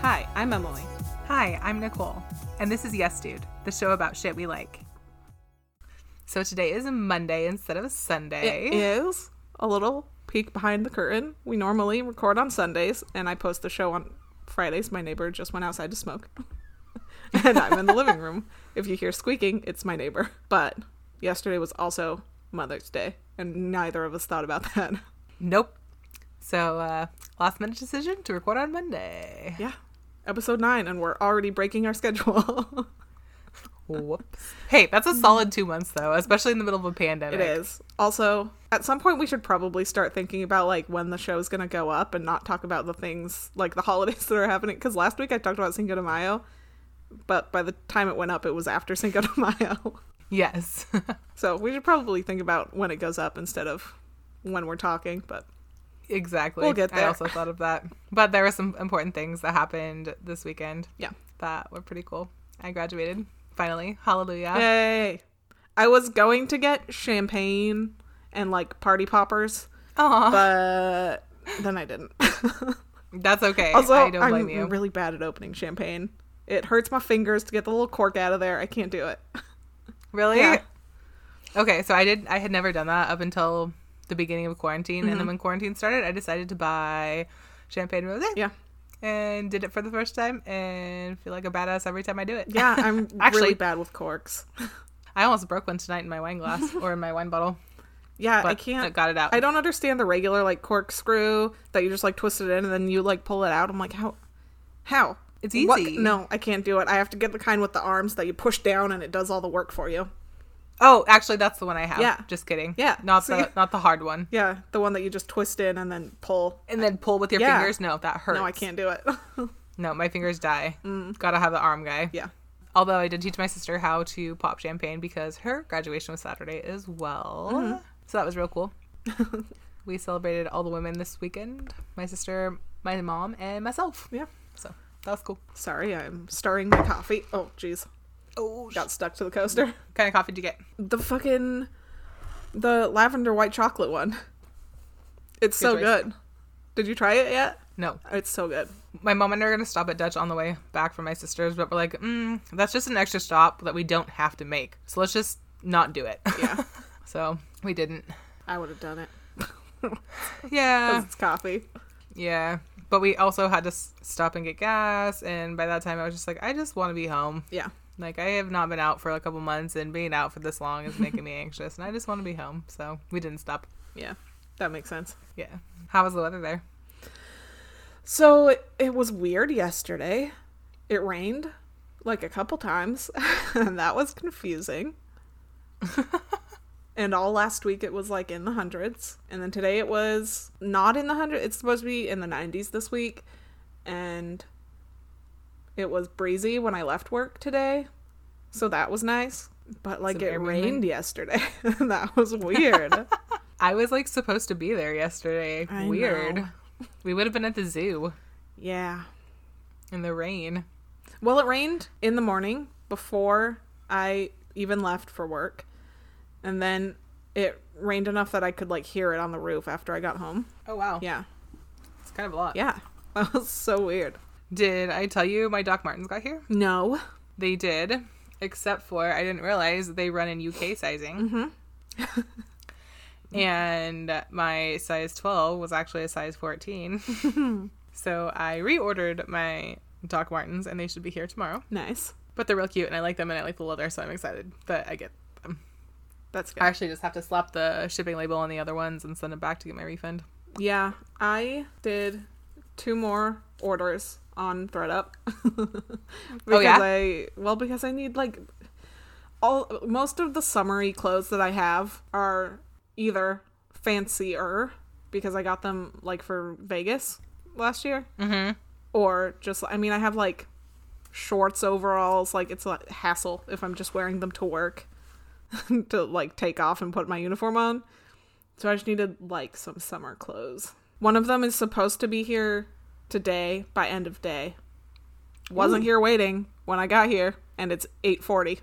Hi, I'm Emily. Hi, I'm Nicole, and this is Yes Dude, the show about shit we like. So today is a Monday instead of a Sunday. It is a little peek behind the curtain. We normally record on Sundays, and I post the show on Fridays. My neighbor just went outside to smoke, and I'm in the living room. If you hear squeaking, it's my neighbor. But yesterday was also Mother's Day, and neither of us thought about that. Nope. So uh, last minute decision to record on Monday. Yeah, episode nine, and we're already breaking our schedule. Whoops. Hey, that's a solid two months though, especially in the middle of a pandemic. It is. Also, at some point, we should probably start thinking about like when the show's going to go up and not talk about the things like the holidays that are happening. Because last week I talked about Cinco de Mayo, but by the time it went up, it was after Cinco de Mayo. Yes. so we should probably think about when it goes up instead of when we're talking. But exactly. We'll get I there. also thought of that. But there were some important things that happened this weekend yeah. that were pretty cool. I graduated finally. Hallelujah. Yay. I was going to get champagne and like party poppers, Aw. but then I didn't. That's okay. Also, I don't am blame you. really bad at opening champagne. It hurts my fingers to get the little cork out of there. I can't do it. Really? Yeah. Okay, so I did. I had never done that up until the beginning of quarantine, Mm-hmm. and then when quarantine started, I decided to buy champagne rosé Yeah. and did it for the first time, and feel like a badass every time I do it. Yeah, I'm Actually- really bad with corks. I almost broke one tonight in my wine glass or in my wine bottle. Yeah, But I can't. I got it out. I don't understand the regular like corkscrew that you just like twist it in and then you like pull it out. I'm like, how? How? It's What- easy. No, I can't do it. I have to get the kind with the arms that you push down and it does all the work for you. Oh, actually, that's the one I have. Yeah. Just kidding. Yeah, Not see? the not the hard one. Yeah, the one that you just twist in and then pull. And then pull with your Yeah. fingers. No, that hurts. No, I can't Mm. do it. No, my fingers die. Gotta have the arm guy. yeah. Although I did teach my sister how to pop champagne because her graduation was Saturday as well. Mm-hmm. So that was real cool. we celebrated all the women this weekend my sister, my mom, and myself. Yeah. So that was cool. Sorry, I'm stirring my coffee. Oh, jeez. Oh, Got stuck to the coaster. what kind of coffee did you get? the fucking the lavender white chocolate one. It's so choice. good. Did you try it yet? No. It's so good. My mom and I are going to stop at Dutch on the way back from my sister's, but we're like, mm, that's just an extra stop that we don't have to make. So let's just not do it. Yeah. so we didn't. I would have done it. Ah. Yeah. 'Cause it's coffee. Yeah, but we also had to s- stop and get gas, and by that time I was just like, I just want to be home. Yeah. Like I have not been out for a couple months, and being out for this long is making me anxious, and I just want to be home. So we didn't stop. Yeah. That makes sense. Yeah. How was the weather there? So it, it was weird yesterday. It rained like a couple times, and that was confusing. and all last week it was like in the hundreds, and then today it was not in the hundred. It's supposed to be in the 90s this week, and it was breezy when I left work today. So that was nice, but like Some it air movement. rained yesterday. and that was weird. I was like supposed to be there yesterday. I Weird. know. We would have been at the zoo yeah. in the rain. Well, it rained in the morning before I even left for work. And then it rained enough that I could like hear it on the roof after I got home. Oh wow. Yeah, Yeah. it's kind of a lot. Yeah. That was so weird. Did I tell you my Doc Martens got here? No. They did, except for I didn't realize they run in UK sizing. Mm-hmm. and my size 12 was actually a size 14. so I reordered my Doc Martens and they should be here tomorrow. Nice. But they're real cute and I like them and I like the leather, so I'm excited that I get them. That's good. I actually just have to slap the shipping label on the other ones and send them back to get my refund. yeah. I did two more orders on ThreadUp. because yeah? I well because I need like all most of the summery clothes that I have are either fancier because I got them like for Vegas last year, mm-hmm. or just I mean I have like shorts, overalls. Like it's a hassle if I'm just wearing them to work to like take off and put my uniform on. So I just needed like some summer clothes. One of them is supposed to be here today by end of day. Wasn't here waiting when I got here, and it's eight forty.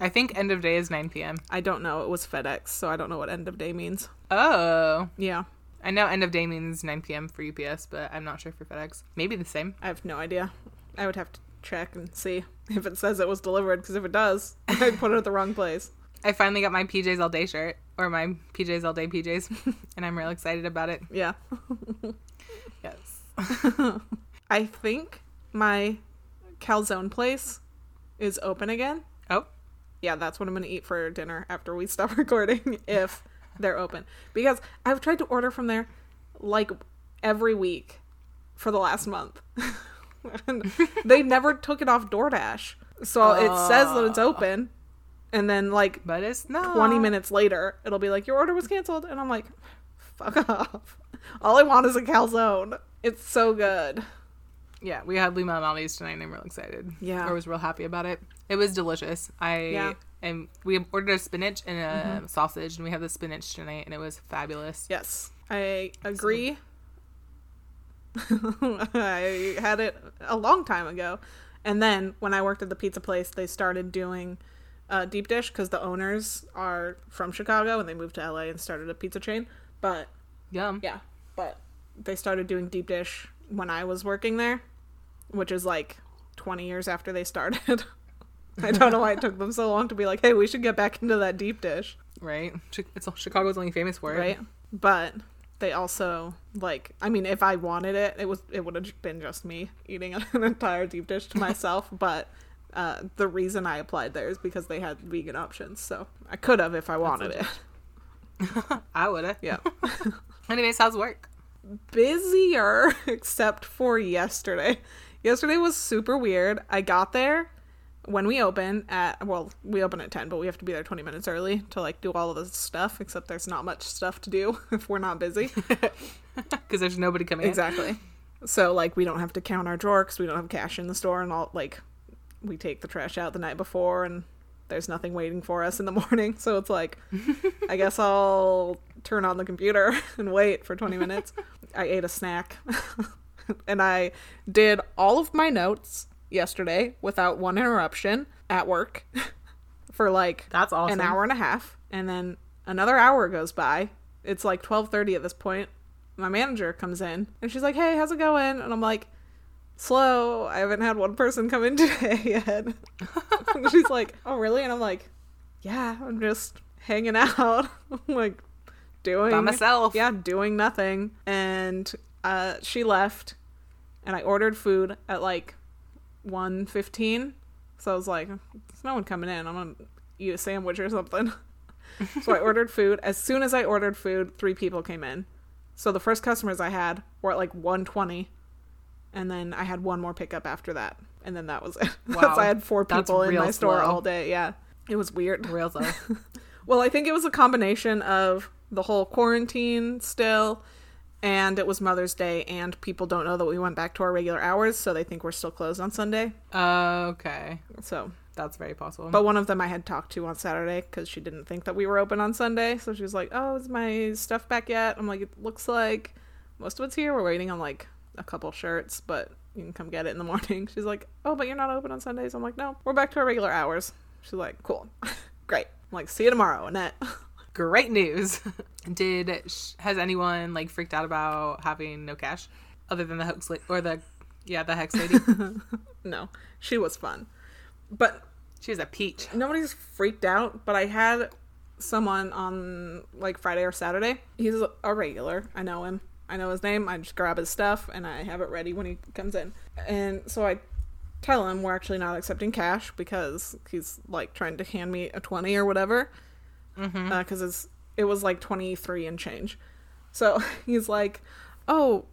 I think end of day is 9 p.m. I don't know. It was FedEx, so I don't know what end of day means. Oh, Yeah. I know end of day means 9 p.m. for UPS, but I'm not sure for FedEx. Maybe the same. I have no idea. I would have to check and see if it says it was delivered, because if it does, I put it at the wrong place. I finally got my PJs all day shirt or my PJs all day PJs, and I'm real excited about it. Yeah. Yes. I think my calzone place is open again. Oh, yeah, that's what I'm gonna eat for dinner after we stop recording if they're open. Because I've tried to order from there like every week for the last month. and they never took it off DoorDash. So it says that it's open and then like but it's not. twenty minutes later it'll be like your order was canceled and I'm like, fuck off. All I want is a calzone. It's so good. Yeah, we had Lima Amaldi's tonight, and I'm real excited. Yeah. I was real happy about it. It was delicious. I Yeah. Mm-hmm. and we ordered a spinach and a sausage, and we had the spinach tonight, and it was fabulous. Yes, I agree. I had it a long time ago. And then when I worked at the pizza place, they started doing uh, deep dish because the owners are from Chicago and they moved to LA and started a pizza chain. But Yum. yeah, but they started doing deep dish when I was working there, which is like 20 years after they started. I don't know why it took them so long to be like, hey, we should get back into that deep dish Right. Chi- It's Chicago's only famous for it. right? But they also like I mean if I wanted it it was it would have been just me eating an entire deep dish to myself, but uh, the reason I applied there is because they had vegan options, so I could have if I wanted it. I woulda. Yeah, Anyways, how's work? busier except for yesterday. Yesterday was super weird. I got there when we open at well, we open at ten, but we have to be there twenty minutes early to like do all of this stuff. Except there's not much stuff to do if we're not busy. Because there's nobody coming. Exactly. So like we don't have to count our drawer because we don't have cash in the store and all like we take the trash out the night before and there's nothing waiting for us in the morning. So it's like I guess I'll turn on the computer and wait for 20 minutes. I ate a snack and I did all of my notes yesterday without one interruption at work for like That's awesome. an hour and a half and then another hour goes by it's like 12.30 at this point my manager comes in and she's like hey how's it going and i'm like slow i haven't had one person come in today yet and she's like oh really and i'm like yeah i'm just hanging out I'm like doing By myself. yeah doing nothing and uh, she left and i ordered food at like 1.15 so i was like there's no one coming in i'm gonna eat a sandwich or something so i ordered food as soon as i ordered food three people came in so the first customers i had were at like 1.20 and then i had one more pickup after that and then that was it Wow. That's, i had four That's people in real my store slow. all day yeah it was weird Real though. well, I think it was a combination of the whole quarantine still, and it was Mother's Day, and people don't know that we went back to our regular hours, so they think we're still closed on Sunday. okay. So, That's very possible. but one of them I had talked to on Saturday because she didn't think that we were open on Sunday, so she was like, "Oh, is my stuff back yet?" I'm like, "It looks like most of it's here. We're waiting on like a couple shirts, but." You can come get it in the morning. She's like, Oh, but you're not open on Sundays. I'm like, No, we're back to our regular hours. She's like, Cool. Great. I'm like, See you tomorrow, Annette. Great news. Did sh- has anyone like freaked out about having no cash, other than the hoax la- or the yeah the hex lady? No, she was fun. But she was a peach. nobody's freaked out. But I had someone on like Friday or Saturday. He's a regular. I know him. I know his name. I just grab his stuff and I have it ready when he comes in. And so I tell him we're actually not accepting cash because he's like trying to hand me a 20 or whatever. Because it's it was like 23 and change. So he's like, oh,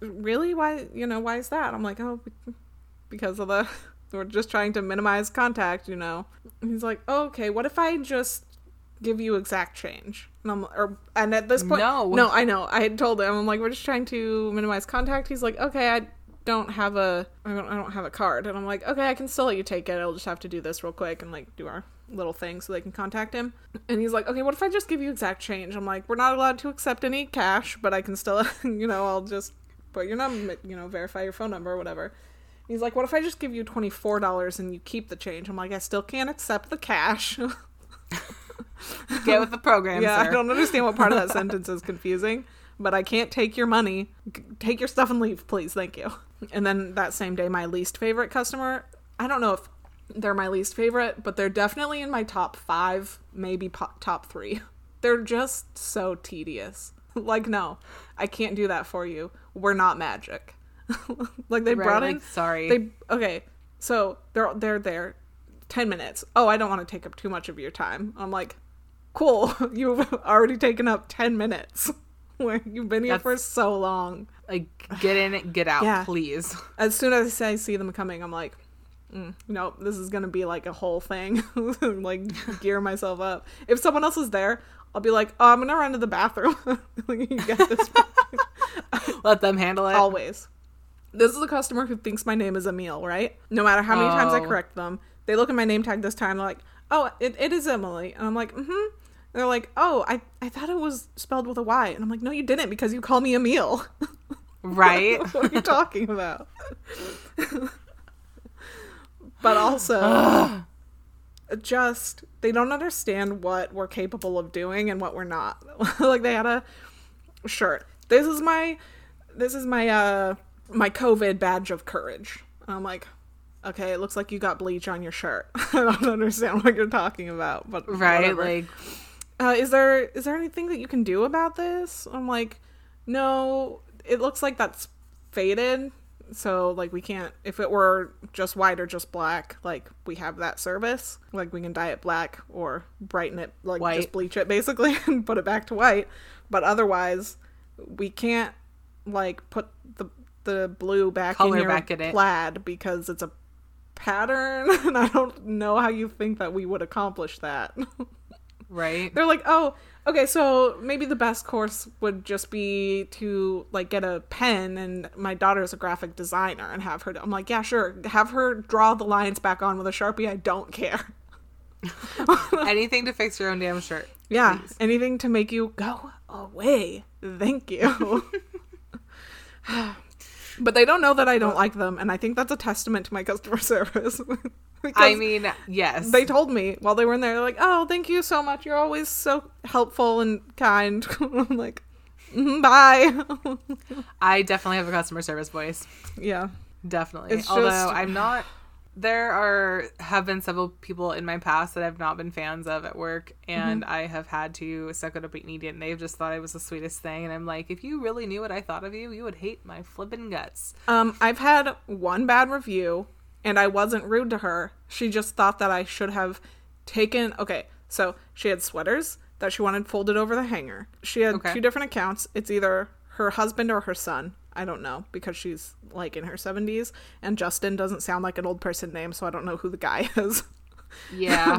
really? Why, you know, why is that? I'm like, oh, because of the we're just trying to minimize contact, you know. And he's like, oh, okay, what if I just give you exact change? And I'm or and at this point, No. no, I know. I had told him, I'm like, we're just trying to minimize contact. He's like, okay, I don't have a, I don't, I don't have a card, and I'm like, okay, I can still let you take it. I'll just have to do this real quick and like do our little thing so they can contact him. And he's like, okay, what if I just give you exact change? I'm like, we're not allowed to accept any cash, but I can still, you know, I'll just put your number, you know, verify your phone number or whatever. He's like, "What if I just give you twenty four dollars and you keep the change?" I'm like, "I still can't accept the cash." Get with the program, yeah, sir. I don't understand what part of that sentence is confusing, but I can't take your money. G- take your stuff and leave, please. Thank you. And then that same day, my least favorite customer, I don't know if they're my least favorite, but they're definitely in my top five, maybe po- top three. They're just so tedious. Like, no, I can't do that for you. We're not magic. like, they Right, brought like, in. sorry. They okay. So they're they're there, ten minutes. Oh, I don't want to take up too much of your time. I'm like, cool. You've already taken up ten minutes. Where you've been here for That's- so long. Like, get in, get out, Yeah. please. As soon as I see them coming, I'm like, mm, nope. This is gonna be like a whole thing. like gear myself up. If someone else is there, I'll be like, oh, I'm gonna run to the bathroom. like, you got this. Let them handle it. always. This is a customer who thinks my name is Emil, right? No matter how many times I Oh. correct them, they look at my name tag this time. They're like, "Oh, it, it is Emily," and I'm like, "Mm-hmm." They're like, "Oh, I I thought it was spelled with a Y," and I'm like, "No, you didn't because you call me Emil." right? what are you talking about? but also, Ugh. just they don't understand what we're capable of doing and what we're not. like they had a shirt. This is my this is my uh my COVID badge of courage. And I'm like, okay, it looks like you got bleach on your shirt. I don't understand what you're talking about, but right? whatever Like, uh, is there is there anything that you can do about this? I'm like, no, it looks like that's faded. So like we can't if it were just white or just black, like we have that service. Like we can dye it black or brighten it like just White. bleach it basically and put it back to white. But otherwise we can't like put the the blue back Color in your back in it. plaid because it's a pattern and I don't know how you think that we would accomplish that. right? They're like, oh, okay, so maybe the best course would just be to like get a pen, and my daughter's a graphic designer, and have her. I'm like, yeah, sure, have her draw the lines back on with a sharpie. I don't care. Anything to fix your own damn shirt. Yeah, anything to make you go away. Thank you. but they don't know that I don't like them, and I think that's a testament to my customer service. I Because- mean, yes. they told me while they were in there, they're like, "Oh, thank you so much. You're always so helpful and kind." I'm like, "Mhm, "Bye." I definitely have a customer service voice. yeah, Definitely. It's Although just- I'm not there are have been several people in my past that I've not been fans of at work Mm-hmm. and I have had to suck it up and eat it and they've just thought I was the sweetest thing and I'm like, if you really knew what I thought of you, you would hate my flippin' guts. um, I've had one bad review, and I wasn't rude to her. She just thought that I should have taken. Okay, so she had sweaters that she wanted folded over the hanger. She had Okay. two different accounts. It's either her husband or her son. I don't know because she's like in her 70s, and Justin doesn't sound like an old person name, so I don't know who the guy is. Yeah.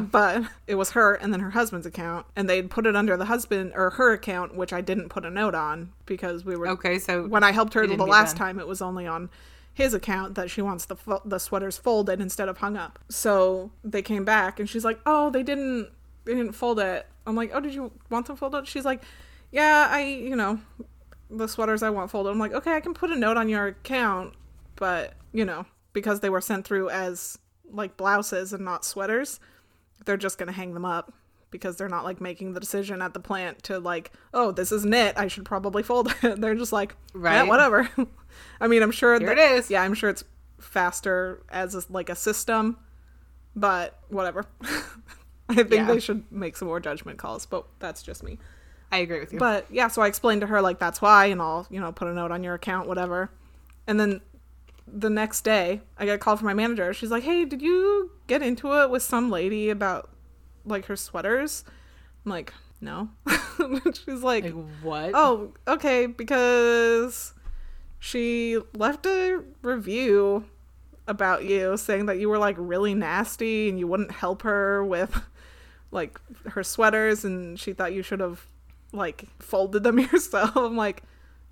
but it was her and then her husband's account and they'd put it under the husband or her account which i didn't put a note on because we were okay, so when i helped her It the didn't get last done. time it was only on his account that she wants the fo- the sweaters folded instead of hung up so they came back and she's like oh they didn't they didn't fold it i'm like oh did you want them folded she's like yeah i you know the sweaters i want folded i'm like okay i can put a note on your account but you know because they were sent through as like blouses and not sweaters they're just going to hang them up because they're not like making the decision at the plant to like oh this is knit i should probably fold it they're just like right Right. whatever i mean i'm sure Here that- it is. yeah i'm sure it's faster as a, like a system but whatever i think Yeah. they should make some more judgment calls but that's just me I agree with you. but yeah, so I explained to her like that's why, and I'll you know put a note on your account, whatever. And then the next day, I get a call from my manager. She's like, "Hey, did you get into it with some lady about like her sweaters?" I'm like, "No." She's like, like what? "Oh, okay, because she left a review about you saying that you were like really nasty and you wouldn't help her with like her sweaters and she thought you should have like folded them yourself. I'm like,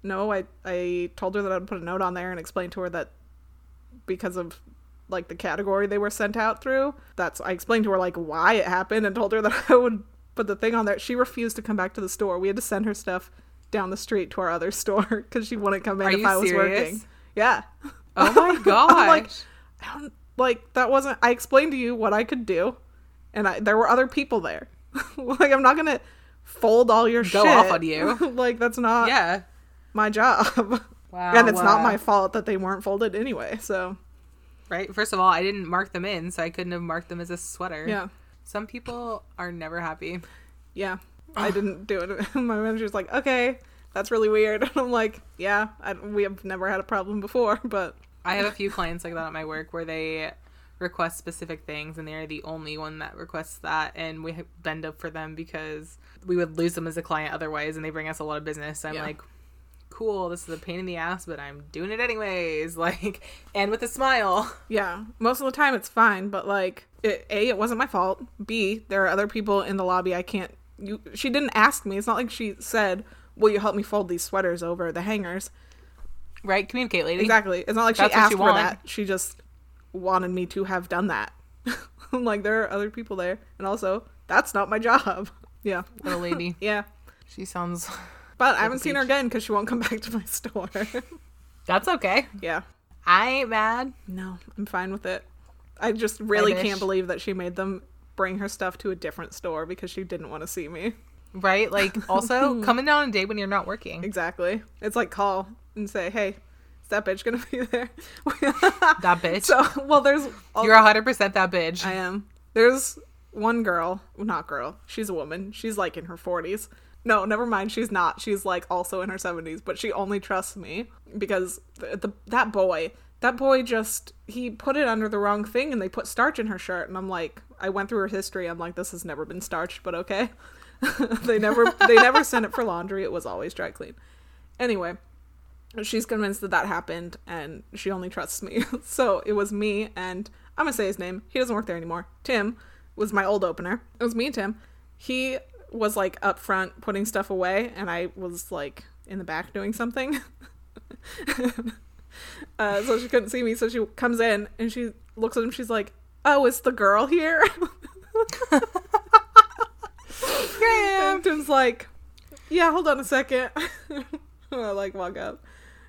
no, I I told her that I'd put a note on there and explained to her that because of like the category they were sent out through, that's I explained to her like why it happened and told her that I would put the thing on there. She refused to come back to the store. We had to send her stuff down the street to our other store because she wouldn't come in Are if you I was serious? working. Yeah. Oh my gosh. I'm like, I don't like that wasn't I explained to you what I could do and I there were other people there. like I'm not gonna fold all your Go shit. off on you. like that's not yeah. Oh, my job. Wow. uh, and it's not uh, my fault that they weren't folded anyway. So, Right? First of all, I didn't mark them in, so I couldn't have marked them as a sweater. yeah. Some people are never happy. Yeah. I didn't do it. my manager's like, okay, that's really weird. And I'm like, yeah, I, we have never had a problem before, but I have a few clients like that at my work where they request specific things and they're the only one that requests that and we bend up for them because we would lose them as a client otherwise and they bring us a lot of business. So I'm Yeah. like, cool, this is a pain in the ass, but I'm doing it anyways. Like, and with a smile. yeah, most of the time it's fine. But like, it, A, it wasn't my fault. B, there are other people in the lobby I can't. You, she didn't ask me. It's not like she said, will you help me fold these sweaters over the hangers? Right? Communicate, lady. Exactly. It's not like she That's what asked you for want. that. She just wanted me to have done that. I'm like, there are other people there. And also, that's not my job. Yeah. Little lady. Yeah. She sounds. But I haven't seen her peach. again because she won't come back to my store. That's okay. yeah. I ain't mad. No, I'm fine with it. I just really wish. can't believe that she made them bring her stuff to a different store because she didn't want to see me. Right? Like, also, coming down a day when you're not working. Exactly. It's like call and say, hey, is that bitch going to be there? That bitch. so, well, there's. all- you're 100% that bitch. I am. There's one girl, not girl. She's a woman. She's like in her 40s. No, never mind. She's not. She's like also in her 70s, but she only trusts me because the, the that boy, that boy just he put it under the wrong thing and they put starch in her shirt and I'm like, I went through her history. I'm like this has never been starched, but okay. they never they never sent it for laundry. It was always dry clean. Anyway, she's convinced that that happened and she only trusts me so it was me and i'm gonna say his name he doesn't work there anymore tim was my old opener it was me and tim he was like up front putting stuff away and i was like in the back doing something uh, so she couldn't see me so she comes in and she looks at him she's like oh is the girl here And Tim's like, yeah, hold on a second. And I like walk up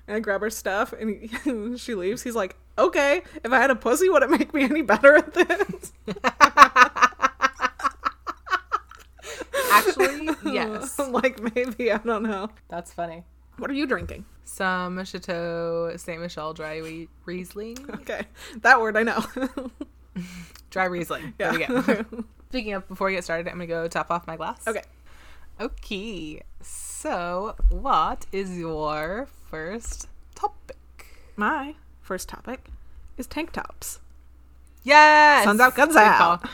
and I grab her stuff and he- she leaves. He's like, okay, if I had a pussy, would it make me any better at this? Actually, yes. I'm like, maybe, I don't know. That's funny. What are you drinking? Some Chateau Saint Michel dry Rie- Riesling. Okay, that word I know. Dry Riesling. There we go. yeah. Speaking of, before we get started, I'm gonna go top off my glass. okay. Okay. So, what is your first topic? My first topic is tank tops. Yes. Suns out, guns Good out. call.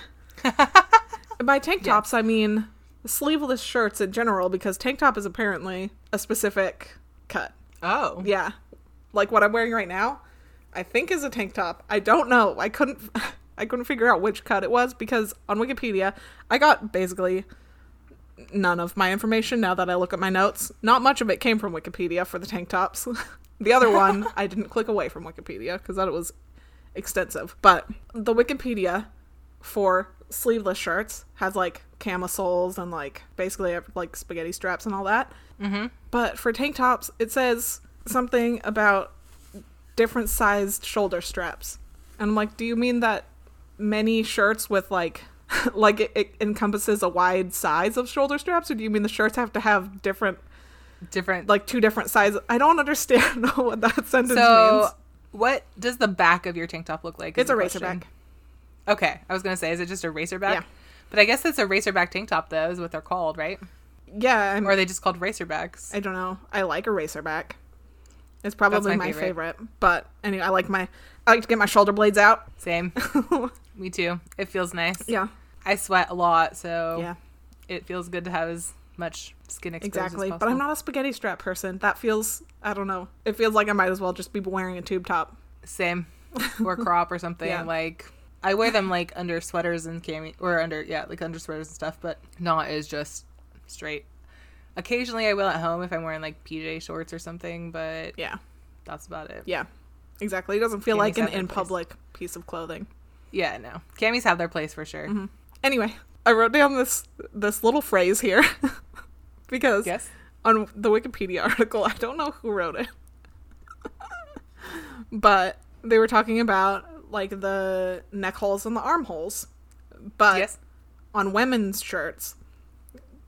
And by tank tops, I mean sleeveless shirts in general because tank top is apparently a specific cut. Oh. Yeah. Like what I'm wearing right now, I think is a tank top. I don't know. I couldn't I couldn't figure out which cut it was because on Wikipedia, I got basically none of my information now that I look at my notes. Not much of it came from Wikipedia for the tank tops. the other one, I didn't click away from Wikipedia cuz that was extensive. But the Wikipedia for sleeveless shirts has like camisoles and like basically like spaghetti straps and all that. But for tank tops, it says something about different sized shoulder straps. And I'm like, do you mean that many shirts with like like it, it encompasses a wide size of shoulder straps or do you mean the shirts have to have different Different. like two different sizes? I don't understand what that sentence so, means. what does the back of your tank top look like? is It's a the question. racerback. Okay, I was gonna say, is it just a racerback? Yeah. But I guess it's a racerback tank top, though, is what they're called, right? Yeah, I'm, Or are they just called racerbacks? I don't know. I like a racerback. It's probably my my, favorite. favorite. but anyway, I like my I like to get my shoulder blades out. Same. Me too. It feels nice. yeah. I sweat a lot, so Yeah. it feels good to have as much skin exposed Exactly. as But I'm possible. not a spaghetti strap person. That feels, I don't know. It feels like I might as well just be wearing a tube top. Same. Or crop or something. Yeah. Like I wear them like under sweaters and cami or under yeah, like under sweaters and stuff, but not as just straight. Occasionally I will at home if I'm wearing like PJ shorts or something, but Yeah. that's about it. Yeah. Exactly. It doesn't feel Give me like an seven, in please. public piece of clothing. Yeah, no. Camis have their place for sure. Mm-hmm. Anyway, I wrote down this this little phrase here because Yes. on the Wikipedia article, I don't know who wrote it. but they were talking about like the neck holes and the armholes. But yes. on women's shirts,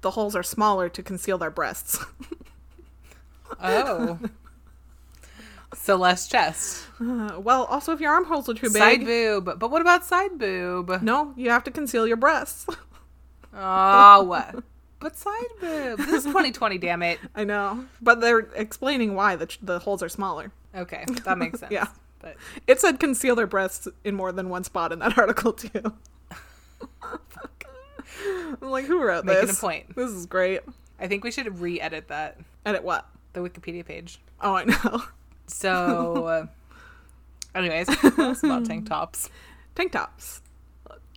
the holes are smaller to conceal their breasts. Oh. so less chest. Uh, well, also if your armholes are too big, Side boob. But what about side boob? no, you have to conceal your breasts. Oh. but side boob. This is 2020, damn it. I know, but they're explaining why the ch- the holes are smaller. Okay, that makes sense. Yeah. But It said conceal their breasts in more than one spot in that article too. I'm like, who wrote Making a this? point. This is great. I think we should re edit that, Edit what? the Wikipedia page. Oh, I know. So, uh, anyways, what else about tank tops. Tank tops.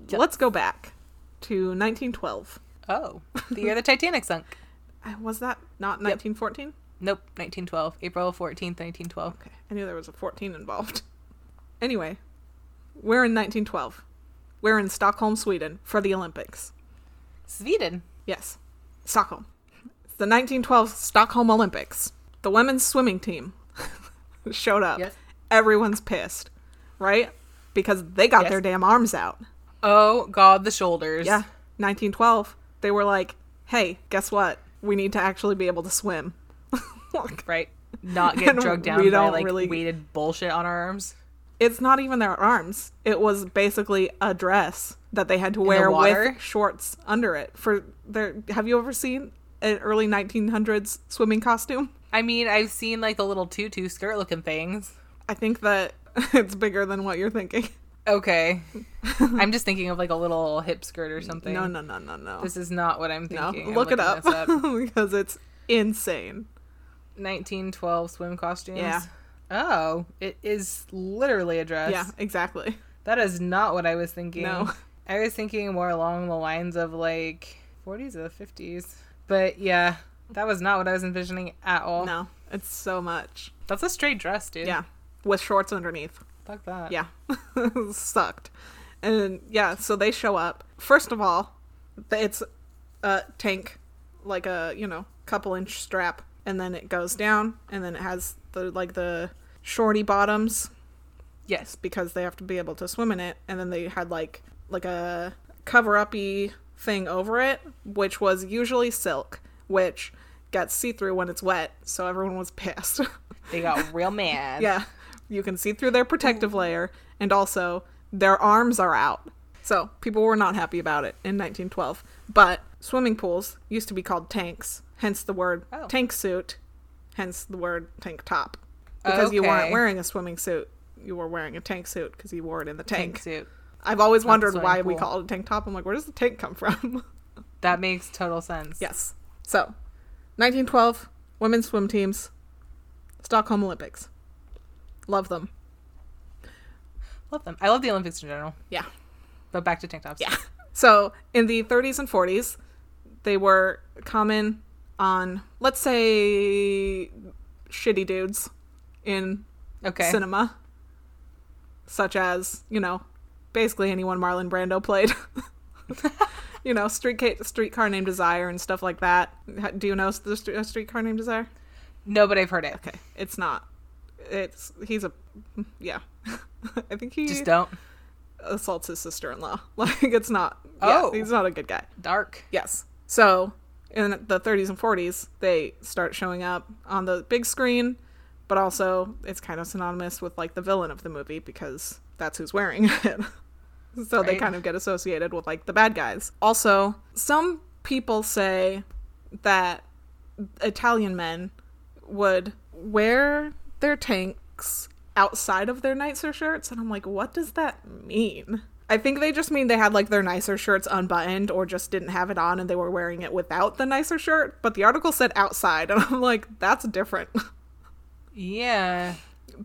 Yes. Let's go back to 1912. Oh, the year the Titanic sunk. Uh, Was that not 1914? Nope, 1912. April 14th, 1912. Okay, I knew there was a 14 involved. Anyway, we're in 1912. We're in Stockholm, Sweden for the Olympics. Sweden. Yes, Stockholm. It's the 1912 Stockholm Olympics. The women's swimming team showed up. Yes. Everyone's pissed, right? Because they got Yes. their damn arms out. Oh, God, the shoulders. Yeah, 1912. They were like, hey, guess what? We need to actually be able to swim. Right? Not get And drugged down we by, don't like, really- weighted bullshit on our arms. it's not even their arms. It was basically a dress that they had to the wear water? with shorts under it for their have you ever seen an early 1900s swimming costume? I mean, I've seen, like, the little tutu skirt looking things. I think that it's bigger than what you're thinking. Okay. I'm just thinking of, like, a little hip skirt or something. No, no, no, no, no. This is not what I'm no, thinking. I'm look it looking up, this up. because it's insane. 1912 swim costumes. Yeah. Oh, it is literally a dress. Yeah, exactly. That is not what I was thinking. No. I was thinking more along the lines of like 40s or 50s. But yeah, that was not what I was envisioning at all. No, it's so much. That's a straight dress, dude. Yeah, with shorts underneath. Fuck Uh, that. Yeah. Sucked. And yeah, so they show up. First of all, th- it's a tank, like a, you know, couple inch strap, and then it goes down, and then it has the, like, the shorty bottoms Yes. because they have to be able to swim in it. And then they had, like, like a cover up y thing over it, which was usually silk, which gets see through when it's wet. So everyone was pissed. They got real mad. Yeah. You can see through their protective layer, and also their arms are out. So people were not happy about it in 1912. But swimming pools used to be called tanks, hence the word Oh. tank suit, hence the word tank top. Because you weren't Okay. wearing a swimming suit, you were wearing a tank suit because you wore it in the tank. Tank suit. I've always the wondered swimming why we pool. call it a tank top. I'm like, where does the tank come from? That makes total sense. yes. So 1912, women's swim teams, Stockholm Olympics. Love them. Love them. I love the Olympics in general. Yeah. But back to tank tops. Yeah. So in the 30s and 40s, they were common on, let's say, shitty dudes in Okay. cinema, such as, you know, basically anyone Marlon Brando played. you know, street ca- streetcar named Desire and stuff like that. Ha- Do you know the street, a streetcar named Desire? no, but I've heard it. Okay, it's not. It's he's a yeah. I think he Just don't. assaults his sister-in-law. Like it's not. Oh. yeah, he's not a good guy. Dark. Yes. So in the 30s and 40s, they start showing up on the big screen, but also it's kind of synonymous with like the villain of the movie because that's who's wearing it. so they Right. kind of get associated with like the bad guys. Also, some people say that Italian men would wear their tanks outside of their nicer shirts and I'm like what does that mean? I think they just mean they had like their nicer shirts unbuttoned or just didn't have it on and they were wearing it without the nicer shirt, but the article said outside and I'm like that's different. Yeah.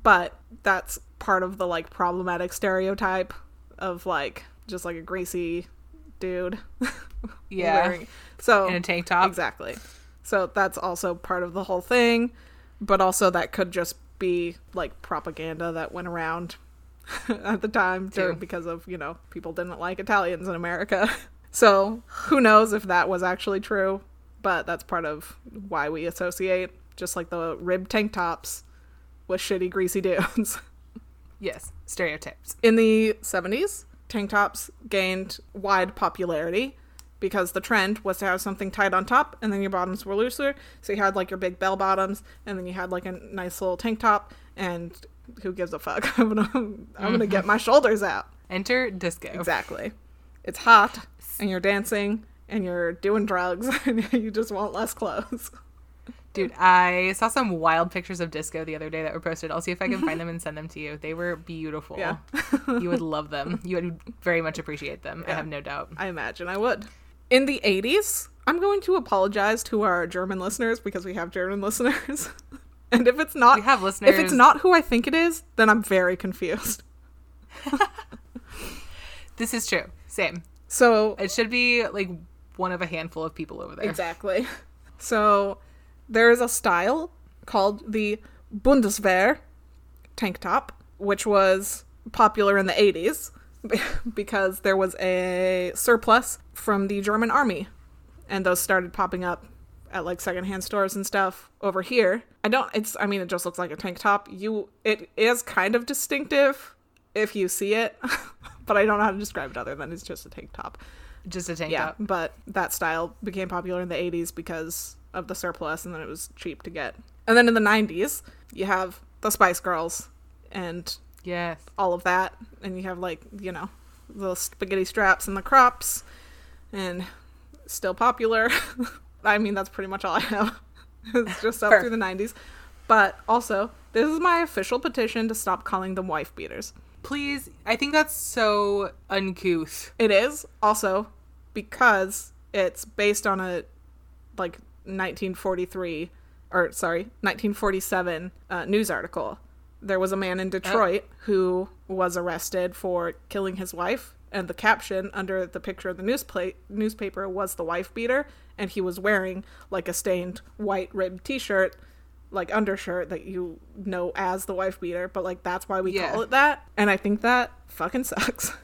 but that's part of the like problematic stereotype of like just like a greasy dude Yeah. so In a tank top. Exactly. So that's also part of the whole thing, but also that could just be like propaganda that went around at the time True. to, because of, you know, people didn't like Italians in America. So who knows if that was actually true, but that's part of why we associate just like the rib tank tops with shitty greasy dudes. Yes. Stereotypes. In the 70s, tank tops gained wide popularity because the trend was to have something tied on top and then your bottoms were looser. So you had like your big bell bottoms and then you had like a nice little tank top and who gives a fuck? I'm gonna I'm gonna get my shoulders out. Enter disco. Exactly. It's hot and you're dancing and you're doing drugs and you just want less clothes. Dude, I saw some wild pictures of disco the other day that were posted. I'll see if I can find them and send them to you. They were beautiful. Yeah. you would love them. You would very much appreciate them. I Yeah. have no doubt. I imagine I would. In the 80s, I'm going to apologize to our German listeners because we have German listeners. and if it's not We have listeners. if it's not who I think it is, then I'm very confused. this is true. Same. So It should be like one of a handful of people over there. Exactly. So there is a style called the Bundeswehr tank top, which was popular in the 80s because there was a surplus from the German army. And those started popping up at like secondhand stores and stuff over here. I don't it's I mean it just looks like a tank top. You it is kind of distinctive if you see it, but I don't know how to describe it other than it's just a tank top Just a tank yeah, top. but that style became popular in the 80s because of the surplus, and then it was cheap to get. And then in the 90s, you have the Spice Girls and Yes. all of that, and you have like you know the spaghetti straps and the crops, and still popular. I mean, that's pretty much all I have. it's just up Fair. through the 90s. But also, this is my official petition to stop calling them wife beaters. Please. I think that's so uncouth. It is also because it's based on a like 1943 or sorry 1947 uh, news article. There was a man in Detroit who was arrested for killing his wife, and the caption under the picture of the newspla- newspaper was the wife beater, and he was wearing like a stained white ribbed T-shirt, like undershirt that you know as the wife beater, but like that's why we Yeah. call it that, and I think that fucking sucks.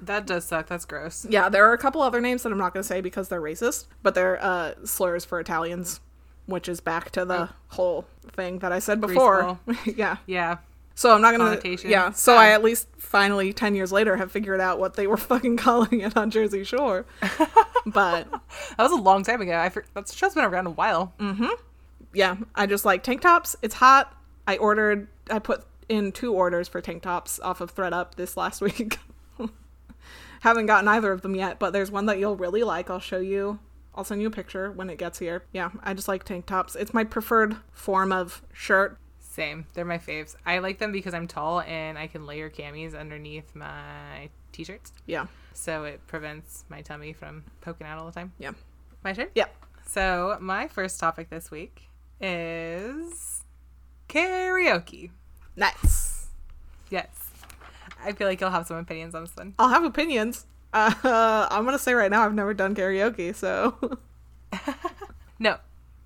That does suck. That's gross. Yeah, there are a couple other names that I'm not going to say because they're racist, but they're uh, slurs for Italians, which is back to the whole thing that I said before. yeah. Yeah. So I'm not going to. Connotations. Yeah. So Yeah. I at least finally, 10 years later, have figured out what they were fucking calling it on Jersey Shore. but That was a long time ago. I for- that show's been around a while. Mm. yeah, I just like tank tops. It's hot. I ordered, I put in two orders for tank tops off of ThreadUp this last week. Haven't gotten either of them yet, but there's one that you'll really like. I'll show you. I'll send you a picture when it gets here. Yeah, I just like tank tops. It's my preferred form of shirt. Same. They're my faves. I like them because I'm tall and I can layer camis underneath my t-shirts, Yeah, so it prevents my tummy from poking out all the time. yeah, My turn. yeah. So my first topic this week is karaoke. Nice. Yes. I feel like you'll have some opinions on this one. I'll have opinions. Uh, I'm gonna say right now, I've never done karaoke, so No,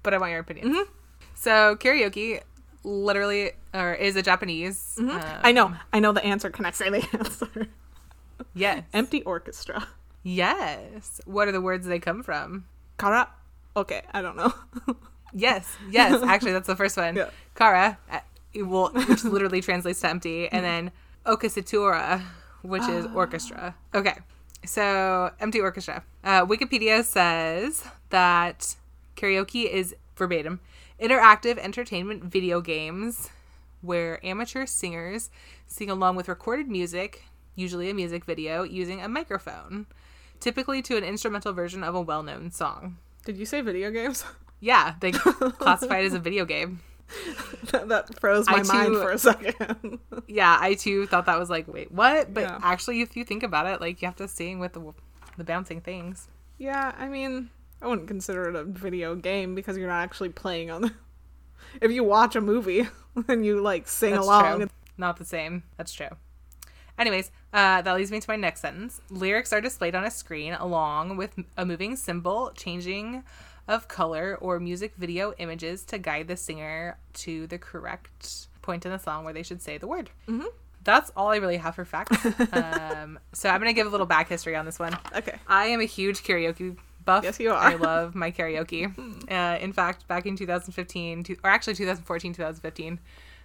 but I want your opinions. So karaoke, literally, or is a Japanese. Mm-hmm. uh, I know, I know the answer. Can I say the answer? yes. Empty orchestra. Yes. What are the words they come from? Kara. Okay, I don't know. Yes, yes. Actually, that's the first one. Yeah. Kara, uh, it will, which literally translates to empty, and then Okasitura, which is orchestra. Okay, so empty orchestra. Uh, Wikipedia says that karaoke is verbatim interactive entertainment video games where amateur singers sing along with recorded music, usually a music video, using a microphone, typically to an instrumental version of a well known song. Did you say video games? Yeah, they classified as a video game. that, that froze my I, too- mind for a second. Yeah, I too thought that was like, wait, what? But Yeah. actually, if you think about it, like you have to sing with the, the bouncing things. yeah, I mean, I wouldn't consider it a video game because you're not actually playing on the. If you watch a movie and you like sing That's along, true. it's- Not the same. That's true. Anyways, uh, that leads me to my next sentence. Lyrics are displayed on a screen along with a moving symbol, changing of color, or music video images to guide the singer to the correct point in the song where they should say the word. Mm-hmm. That's all I really have for facts. um, so I'm going to give a little back history on this one. okay. I am a huge karaoke buff. Yes, you are. Hmm. I love my karaoke. uh, in fact, back in 2015, to, or actually 2014, 2015,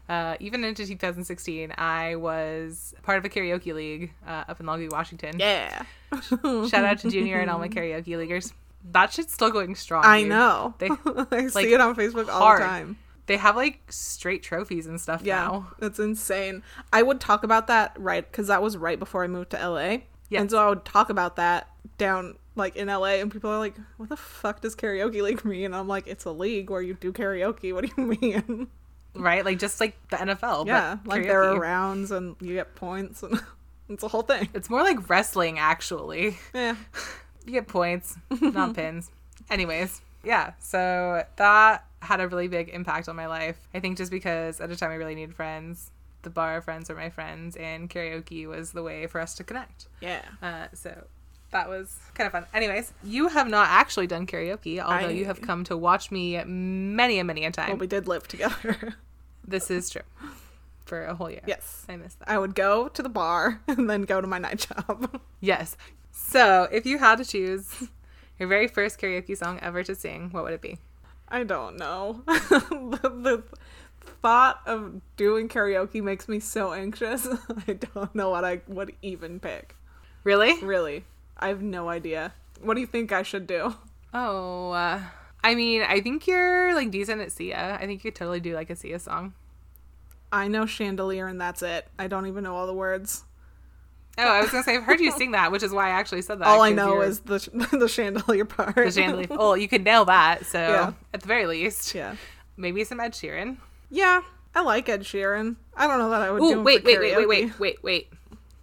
Uh, even into 2016, I was part of a karaoke league uh, up in Longview, Washington. Yeah. Shout out to Junior and all my karaoke leaguers. That shit's still going strong. I dude. know. They- I like, see it on Facebook all hard. the time. They have like straight trophies and stuff Yeah, now. that's insane. I would talk about that right because that was right before I moved to LA. Yes. and so I would talk about that down like in LA, and people are like, "What the fuck does karaoke league mean?" And I'm like, "It's a league where you do karaoke. What do you mean?" Right? Like just like the NFL. yeah, but like there karaoke. are rounds and you get points, and it's a whole thing. It's more like wrestling, actually. Yeah, You get points, not pins. Anyways, yeah, so that had a really big impact on my life. I think just because at a time I really needed friends, the bar friends were my friends, and karaoke was the way for us to connect. yeah. Uh, so that was kind of fun. Anyways, you have not actually done karaoke, although I- you have come to watch me many and many a time. Well, we did live together. this is true for a whole year. yes, I missed that. I would go to the bar and then go to my night job. Yes. So if you had to choose your very first karaoke song ever to sing, what would it be? I don't know. the, the thought of doing karaoke makes me so anxious. I don't know what I would even pick. Really? Really, I have no idea. What do you think I should do? Oh, uh, I mean, I think you're like decent at Sia. I think you could totally do like a Sia song. I know chandelier and that's it. I don't even know all the words. Oh, I was gonna say I've heard you sing that, which is why I actually said that. all I 'cause know you're is the sh- the chandelier part. the chandelier. Oh, you could nail that. So Yeah. at the very least, yeah, maybe some Ed Sheeran. yeah. I like Ed Sheeran. I don't know that I would do. Oh, him wait, for wait, wait, wait, karaoke. wait, wait, wait.